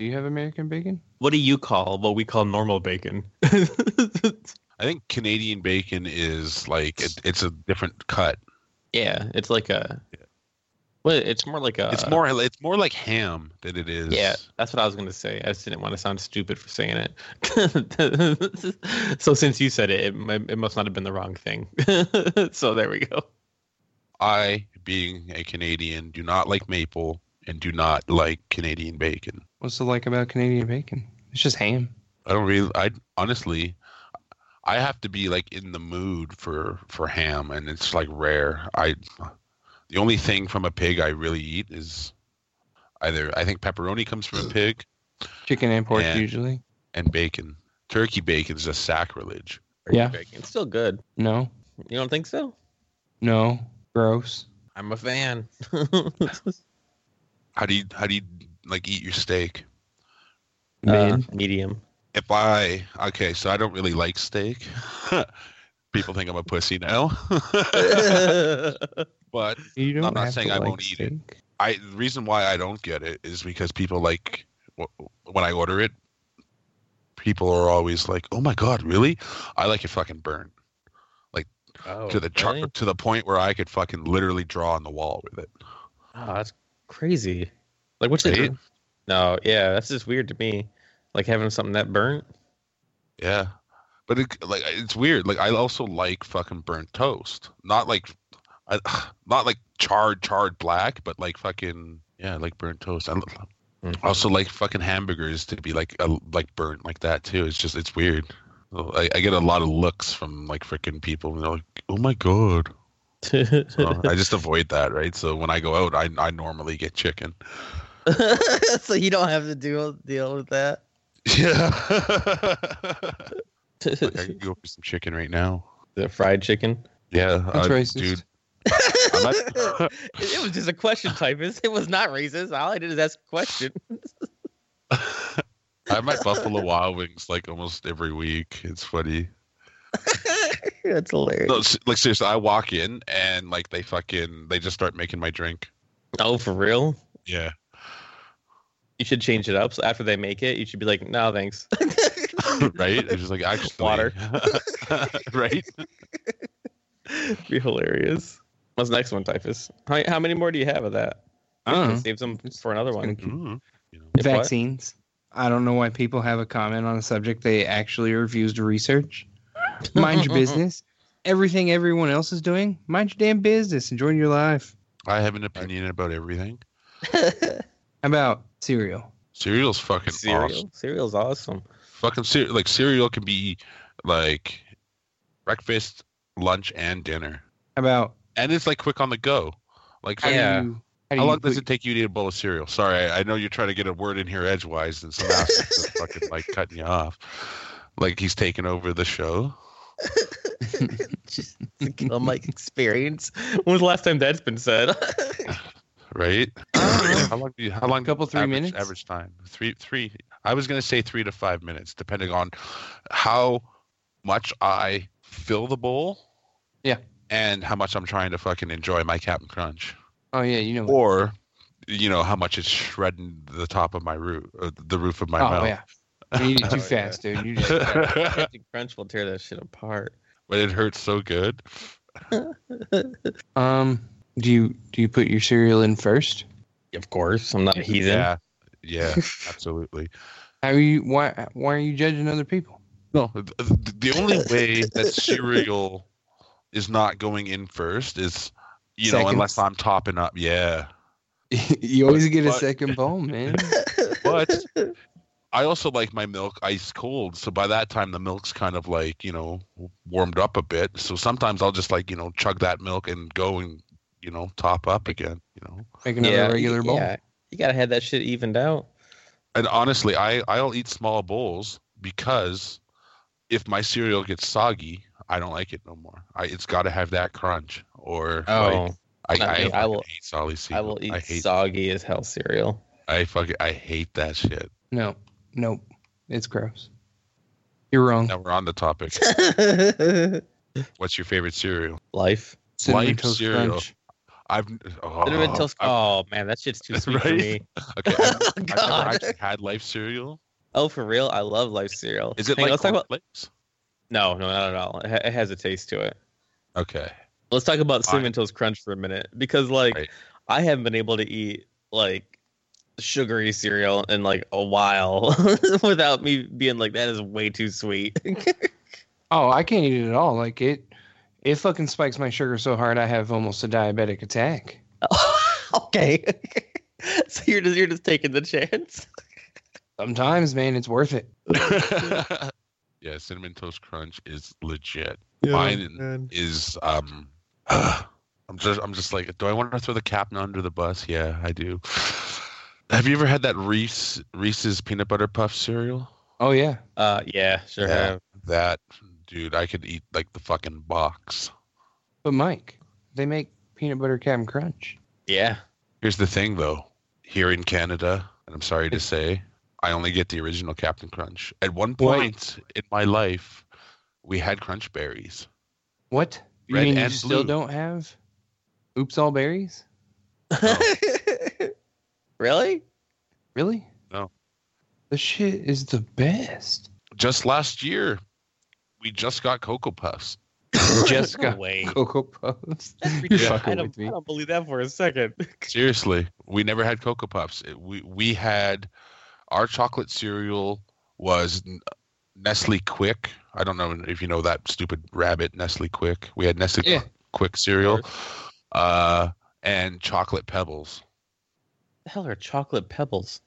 Speaker 2: you have American bacon?
Speaker 3: What do you call what we call normal bacon?
Speaker 4: I think Canadian bacon is like it, it's a different cut.
Speaker 3: yeah, it's like a. Well, it's more like a.
Speaker 4: It's more it's more like ham than it is.
Speaker 3: Uh, Yeah, that's what I was gonna say. I just didn't want to sound stupid for saying it. so since you said it, it, mu- it must not have been the wrong thing. so there we go.
Speaker 4: I, being a Canadian, do not like maple and do not like Canadian bacon.
Speaker 2: What's so like about Canadian bacon? It's just ham.
Speaker 4: I don't really. I honestly, I have to be like in the mood for for ham, and it's like rare. I the only thing from a pig I really eat is either I think pepperoni comes from a pig
Speaker 2: Chicken and pork
Speaker 4: Yeah.
Speaker 2: usually.
Speaker 4: and bacon. Turkey bacon's just sacrilege.
Speaker 2: Yeah.
Speaker 3: Bacon. It's still good.
Speaker 2: No,
Speaker 3: You don't think so?
Speaker 2: no, gross.
Speaker 3: I'm a fan.
Speaker 4: How do you how do you like eat your steak?
Speaker 3: Uh,
Speaker 2: Mid.
Speaker 3: medium.
Speaker 4: If I okay, so I don't really like steak. People think I'm a pussy now,
Speaker 3: Oh,
Speaker 4: but
Speaker 2: you don't
Speaker 4: I'm not
Speaker 2: have
Speaker 4: saying
Speaker 2: to
Speaker 4: I
Speaker 2: like
Speaker 4: won't eat it.
Speaker 2: steak.
Speaker 4: I the reason why I don't get it is because people like w- when I order it, people are always like, "Oh my god, really?" I like it fucking burnt
Speaker 3: oh,
Speaker 4: to the char-
Speaker 3: really?
Speaker 4: to the point where I could fucking literally draw on the wall with it.
Speaker 3: Oh, that's crazy. Like, what's it?
Speaker 4: Right?
Speaker 3: No, yeah, that's just weird to me. Like having something that burnt.
Speaker 4: Yeah, but it, like it's weird. Like I also like fucking burnt toast, not like I, not like charred charred black, but like fucking yeah, I like burnt toast. I l-
Speaker 3: Mm.
Speaker 4: I also like fucking hamburgers to be like a, like burnt like that too. It's just it's weird. Oh, I, I get a lot of looks from like freaking people, and they're like, "Oh my god!" So I just avoid that, right? So when I go out, I I normally get chicken.
Speaker 3: so you don't have to deal deal with that.
Speaker 4: Yeah, like I could go for some chicken right now.
Speaker 3: the fried chicken.
Speaker 4: Yeah,
Speaker 2: That's
Speaker 4: uh,
Speaker 2: racist.
Speaker 4: dude. I'm
Speaker 3: it
Speaker 4: not-
Speaker 3: it was just a question, typist. It was not racist. All I did is ask a question.
Speaker 4: I have my Buffalo Wild Wings like almost every week. It's funny.
Speaker 3: That's hilarious.
Speaker 4: No, s- like seriously, I walk in and like they fucking they just start making my drink.
Speaker 3: Oh, for real?
Speaker 4: Yeah.
Speaker 3: You should change it up. So after they make it, you should be like, no, thanks.
Speaker 4: Right? It's just like actually
Speaker 3: Water.
Speaker 4: right?
Speaker 3: be hilarious. What's the next one, typhus? How, how many more do you have of that?
Speaker 2: I don't know.
Speaker 3: Save some for another one.
Speaker 4: Mm.
Speaker 3: If what?
Speaker 2: Vaccines. I don't know why people have a comment on a subject they actually refuse to research. Mind your business. Everything everyone else is doing, mind your damn business. Enjoy your life.
Speaker 4: I have an opinion about everything.
Speaker 2: How about cereal?
Speaker 4: Cereal's fucking
Speaker 3: Cereal.
Speaker 4: awesome.
Speaker 3: Cereal's awesome.
Speaker 4: Fucking cereal like cereal can be like breakfast, lunch, and dinner.
Speaker 2: How about
Speaker 4: And it's like quick on the go. Like
Speaker 2: how do you-
Speaker 3: Yeah.
Speaker 2: how do
Speaker 4: How
Speaker 2: you
Speaker 4: long does
Speaker 2: put-
Speaker 4: it take you to eat a bowl of cereal? Sorry, I, I know you're trying to get a word in here edgewise, and some aspects are fucking like cutting you off. Like he's taking over the show.
Speaker 3: Just to kill my experience. When was the last time that's been said?
Speaker 4: right?
Speaker 2: Uh-huh.
Speaker 4: how long? Do you, how long?
Speaker 2: Couple, three
Speaker 4: average-
Speaker 2: minutes?
Speaker 4: Average time three three. I was gonna say three to five minutes, depending on how much I fill the bowl.
Speaker 2: Yeah.
Speaker 4: And how much I'm trying to fucking enjoy my Captain Crunch,
Speaker 2: Oh yeah, you know. what-
Speaker 4: or you know how much it's shredding the top of my roof, uh, the roof of my
Speaker 2: oh
Speaker 4: mouth.
Speaker 2: yeah. When you eat it too
Speaker 3: Oh, yeah.
Speaker 2: fast, dude. You just
Speaker 3: Captain Crunch will tear that shit apart.
Speaker 4: but it hurts so good.
Speaker 2: um. Do you do you put your cereal in first?
Speaker 3: Of course, I'm not a heathen.
Speaker 4: Yeah, yeah, absolutely.
Speaker 2: How are you? Why why are you judging other people?
Speaker 4: No, th- th- the only way that cereal is not going in first is, you know, unless I'm topping up. Yeah,
Speaker 2: you always get a
Speaker 4: But-
Speaker 2: second bowl, man.
Speaker 4: but I also like my milk ice cold. So by that time, the milk's kind of like you know warmed up a bit. So sometimes I'll just like you know chug that milk and go and you know top up again. You know,
Speaker 2: Make another
Speaker 3: Yeah,
Speaker 2: regular bowl.
Speaker 3: Yeah, you gotta have that shit evened out.
Speaker 4: and honestly, I I'll eat small bowls because if my cereal gets soggy, I don't like it no more. I it's got to have that crunch or
Speaker 3: Oh,
Speaker 4: like, I,
Speaker 3: I
Speaker 4: I,
Speaker 3: mean, I will-
Speaker 4: fucking hate solid cereal.
Speaker 3: I will eat
Speaker 4: I hate
Speaker 3: soggy as hell cereal.
Speaker 4: I fucking I hate that shit.
Speaker 2: No, nope. It's gross. You're wrong.
Speaker 4: Now we're on the topic. What's your favorite cereal?
Speaker 3: Life.
Speaker 2: Cinnamon
Speaker 4: Life
Speaker 2: Toast
Speaker 4: cereal.
Speaker 2: Crunch.
Speaker 4: I've oh,
Speaker 3: Cinnamon toast.
Speaker 4: I've-
Speaker 3: Oh man, that shit's too sweet for
Speaker 4: Right?
Speaker 3: me.
Speaker 4: okay, I've, I've never
Speaker 3: Oh, God.
Speaker 4: actually had life cereal.
Speaker 3: Oh, for real? I love life cereal.
Speaker 4: Is it
Speaker 3: Hang on,
Speaker 4: like
Speaker 3: let's talk about?
Speaker 4: cornflakes?
Speaker 3: No, no, not at all. It, ha- it has a taste to it.
Speaker 4: Okay.
Speaker 3: Let's talk about
Speaker 4: Fine.
Speaker 3: cinnamon toast crunch for a minute because like
Speaker 4: Right.
Speaker 3: I haven't been able to eat like sugary cereal in like a while without me being like that is way too sweet.
Speaker 2: Oh, I can't eat it at all. Like it, it fucking spikes my sugar so hard I have almost a diabetic attack.
Speaker 3: okay. so you're just you're just taking the chance.
Speaker 2: Sometimes, man, it's worth it.
Speaker 4: yeah, cinnamon toast crunch is legit. Mine is um I'm just I'm just like, do I want to throw the captain under the bus? Yeah, I do. Have you ever had that Reese Reese's peanut butter puff cereal?
Speaker 2: Oh yeah.
Speaker 3: Uh yeah, sure
Speaker 4: Yeah.
Speaker 3: have.
Speaker 4: That dude, I could eat like the fucking box.
Speaker 2: But Mike, they make peanut butter Captain Crunch.
Speaker 3: Yeah.
Speaker 4: Here's the thing though. Here in Canada, and I'm sorry to say, I only get the original Captain Crunch. At one point in my life, we had crunch berries.
Speaker 2: What? You
Speaker 4: Red
Speaker 2: mean you
Speaker 4: and
Speaker 2: still
Speaker 4: blue.
Speaker 2: don't have? Oops, all berries.
Speaker 3: Oh. really?
Speaker 2: Really?
Speaker 4: No.
Speaker 2: The shit is the best.
Speaker 4: Just last year, we just got Cocoa Puffs.
Speaker 2: Jessica.
Speaker 3: No way.
Speaker 2: Cocoa Puffs.
Speaker 3: That's
Speaker 2: You're
Speaker 4: Yeah.
Speaker 3: ridiculous. I,
Speaker 2: fucking
Speaker 3: don't,
Speaker 2: with me.
Speaker 3: I don't believe that for a second.
Speaker 4: Seriously, we never had Cocoa Puffs. It- we we had our chocolate cereal was N- Nestle Quick. I don't know if you know that stupid rabbit Nestle Quick. We had Nestle
Speaker 2: Yeah.
Speaker 4: Quick cereal, uh, and chocolate pebbles.
Speaker 3: the hell are chocolate pebbles?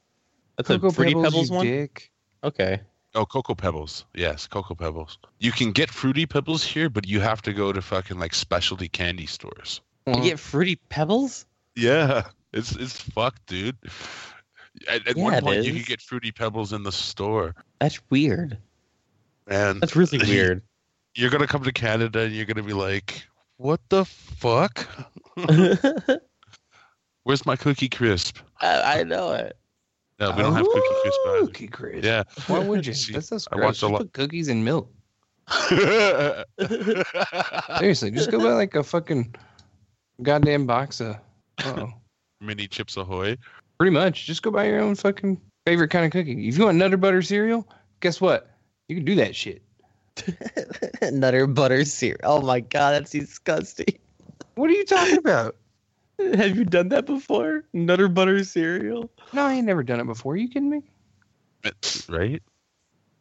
Speaker 3: That's
Speaker 2: Cocoa
Speaker 3: a fruity pebbles,
Speaker 2: Pebbles, you
Speaker 3: one.
Speaker 2: dick.
Speaker 3: Okay.
Speaker 4: Oh, Cocoa Pebbles. Yes, Cocoa Pebbles. You can get Fruity Pebbles here, but you have to go to fucking like specialty candy stores.
Speaker 3: You get fruity pebbles?
Speaker 4: Yeah, it's it's fucked, dude. At, at
Speaker 3: Yeah,
Speaker 4: one
Speaker 3: it
Speaker 4: point, you
Speaker 3: is.
Speaker 4: could get Fruity Pebbles in the store,
Speaker 3: That's weird.
Speaker 4: and
Speaker 3: That's really weird.
Speaker 4: you're gonna come to Canada and you're gonna be like, "What the fuck?
Speaker 3: I,
Speaker 4: Where's my Cookie Crisp?"
Speaker 3: I know it.
Speaker 4: No, we don't have Cookie Crisp. Either.
Speaker 2: Cookie crisp.
Speaker 4: Yeah,
Speaker 2: Why would you?
Speaker 4: See,
Speaker 2: That's so
Speaker 4: I
Speaker 2: gross.
Speaker 4: watched a
Speaker 2: Just
Speaker 4: lot-
Speaker 2: put cookies and milk. Seriously, just go buy like a fucking goddamn box of. Oh,
Speaker 4: mini Chips Ahoy.
Speaker 2: pretty much. Just go buy your own fucking favorite kind of cookie. If you want Nutter Butter cereal, guess what? You can do that shit.
Speaker 3: Nutter butter cereal. Oh my god, that's disgusting.
Speaker 2: What are you talking about?
Speaker 3: Have you done that before? Nutter butter cereal?
Speaker 2: No, I ain't never done it before. you kidding me?
Speaker 4: right?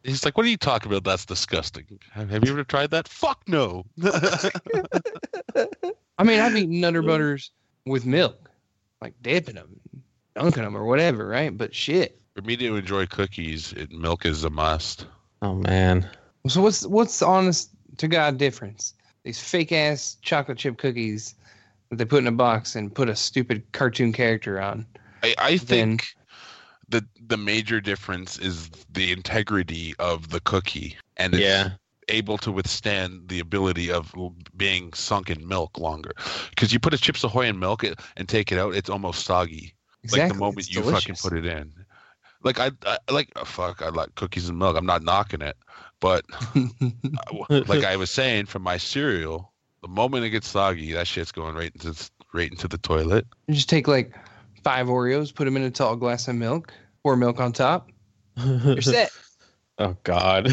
Speaker 4: He's like, "What are you talking about? That's disgusting. Have, have you ever tried that? Fuck no."
Speaker 2: I mean, I've eaten Nutter Butters with milk, like dipping them, dunking them, or whatever, right? But shit.
Speaker 4: For me to enjoy cookies, it, milk is a must.
Speaker 3: Oh man.
Speaker 2: So what's what's the honest to God difference? These fake ass chocolate chip cookies that they put in a box and put a stupid cartoon character on.
Speaker 4: I, I
Speaker 2: Then-
Speaker 4: think the the major difference is the integrity of the cookie, and it's
Speaker 3: Yeah.
Speaker 4: able to withstand the ability of l- being sunk in milk longer. Because you put a Chips Ahoy in milk it, and take it out, it's almost soggy.
Speaker 2: Exactly.
Speaker 4: like the moment
Speaker 2: it's
Speaker 4: you fucking
Speaker 2: delicious.
Speaker 4: put it in. Like I, I like oh, fuck. I like cookies and milk. I'm not knocking it, but I- like I was saying, for my cereal, the moment it gets soggy, that shit's going right into s- right into the toilet.
Speaker 2: You just take like five Oreos, put them in a tall glass of milk, pour milk on top. You're set.
Speaker 3: oh god.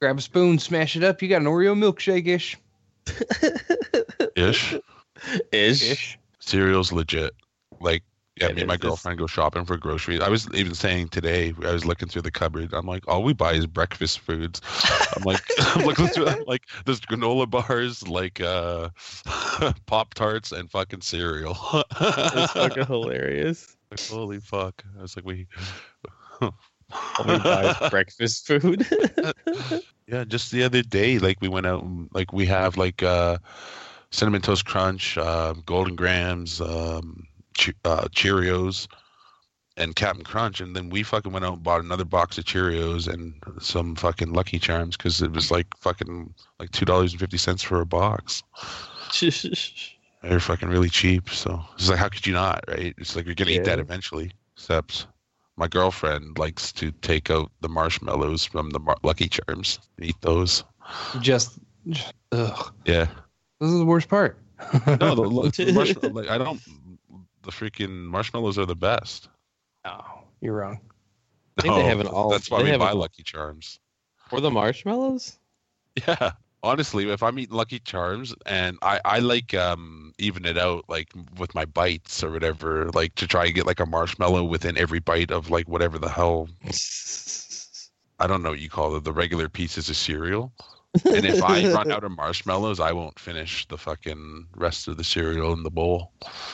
Speaker 2: Grab a spoon, smash it up. You got an Oreo milkshake ish.
Speaker 4: Ish.
Speaker 3: Ish.
Speaker 2: Ish.
Speaker 4: cereal's legit. Like, yeah,
Speaker 3: It
Speaker 4: me and my
Speaker 3: is, it's-
Speaker 4: girlfriend go shopping for groceries. I was even saying today, I was looking through the cupboard. I'm like, all we buy is breakfast foods. I'm like, I'm looking through, I'm like, there's granola bars, like uh, Pop Tarts, and fucking cereal.
Speaker 3: It's fucking hilarious.
Speaker 4: Like, Holy fuck! I was like, we.
Speaker 3: Only buys breakfast food.
Speaker 4: Yeah, just the other day, like we went out and like we have like uh cinnamon toast crunch, um, golden grams, um, che- uh, Cheerios, and Captain Crunch, and then we fucking went out and bought another box of Cheerios and some fucking Lucky Charms because it was like fucking like two dollars and fifty cents for a box. They're fucking really cheap, so it's like how could you not, right? It's like you're gonna eat that
Speaker 3: Yeah.
Speaker 4: eventually. Except my girlfriend likes to take out the marshmallows from the mar- Lucky Charms and eat those.
Speaker 2: Just, ugh.
Speaker 4: Yeah,
Speaker 2: This is the worst part.
Speaker 4: no, the, the marshmallow, like I don't. The freaking marshmallows are the best.
Speaker 2: No, Oh, you're wrong.
Speaker 3: I think they have an all-
Speaker 4: That's why
Speaker 3: they
Speaker 4: we
Speaker 3: have
Speaker 4: buy
Speaker 3: an-
Speaker 4: Lucky Charms.
Speaker 3: For the marshmallows?
Speaker 4: Yeah. Honestly, if I'm eating Lucky Charms and I, I like um even it out like with my bites or whatever, like to try and get like a marshmallow within every bite of like whatever the hell
Speaker 3: Oh,
Speaker 4: I don't know what you call it, the regular pieces of cereal. And if I run out of marshmallows, I won't finish the fucking rest of the cereal in the bowl.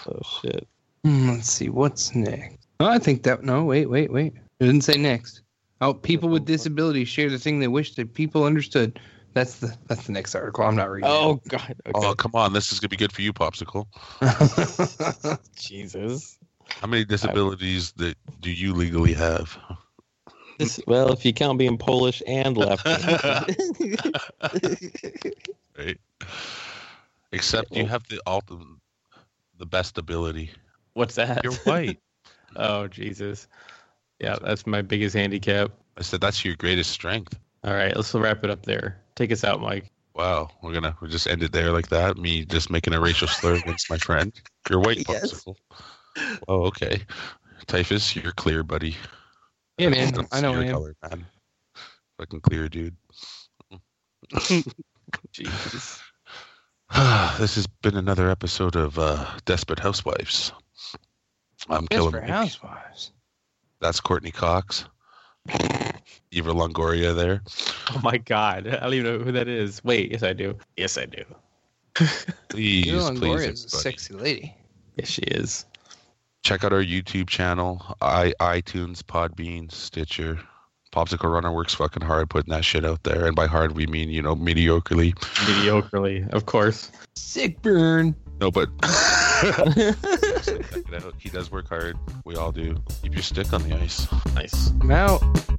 Speaker 3: Oh shit.
Speaker 2: Hmm, let's see what's next. Oh, I think that. No, wait, wait, wait. It didn't say next. Oh, people with disabilities share the thing they wish that people understood. That's the that's the next article. I'm not reading.
Speaker 3: Oh god. Okay.
Speaker 4: Oh come on, this is gonna be good for you, Popsicle.
Speaker 2: it.
Speaker 3: Jesus.
Speaker 4: How many disabilities that do you legally have?
Speaker 3: This, well, if you count being Polish and left,
Speaker 4: right? Except you have the ultimate, the best ability.
Speaker 3: what's that?
Speaker 4: You're white.
Speaker 3: Oh Jesus. Yeah, that's my biggest handicap.
Speaker 4: I said that's your greatest strength.
Speaker 3: All right, let's wrap it up there. Take us out, Mike.
Speaker 4: Wow, we're gonna we just end it there like that. Me just making a racial slur against my friend. You're white,
Speaker 3: Yes.
Speaker 4: popsicle. Oh, okay. Typhus, you're clear, buddy.
Speaker 2: yeah, man.
Speaker 4: don't
Speaker 2: I
Speaker 4: see
Speaker 2: know,
Speaker 4: your
Speaker 2: man.
Speaker 4: color, man. Fucking clear, dude.
Speaker 3: Jesus.
Speaker 4: this has been another episode of uh, Desperate Housewives. I'm
Speaker 2: Just
Speaker 4: Killer
Speaker 2: for
Speaker 4: Mike.
Speaker 2: housewives.
Speaker 4: That's Courtney Cox. Eva Longoria there.
Speaker 3: Oh my God, I don't even know who that is. Wait, yes I do. Yes I do.
Speaker 4: Please,
Speaker 2: Jill
Speaker 4: please,
Speaker 2: Longoria is a
Speaker 4: everybody.
Speaker 2: sexy lady.
Speaker 3: Yes she is.
Speaker 4: check out our YouTube channel, I iTunes, Podbean, Stitcher. Popsicle Runner works fucking hard putting that shit out there, and by hard we mean you know mediocrely.
Speaker 3: Mediocrely, of course.
Speaker 2: Sick burn.
Speaker 4: No, but check it out. he does work hard. We all do. Keep your stick on the ice.
Speaker 3: Nice.
Speaker 2: I'm out.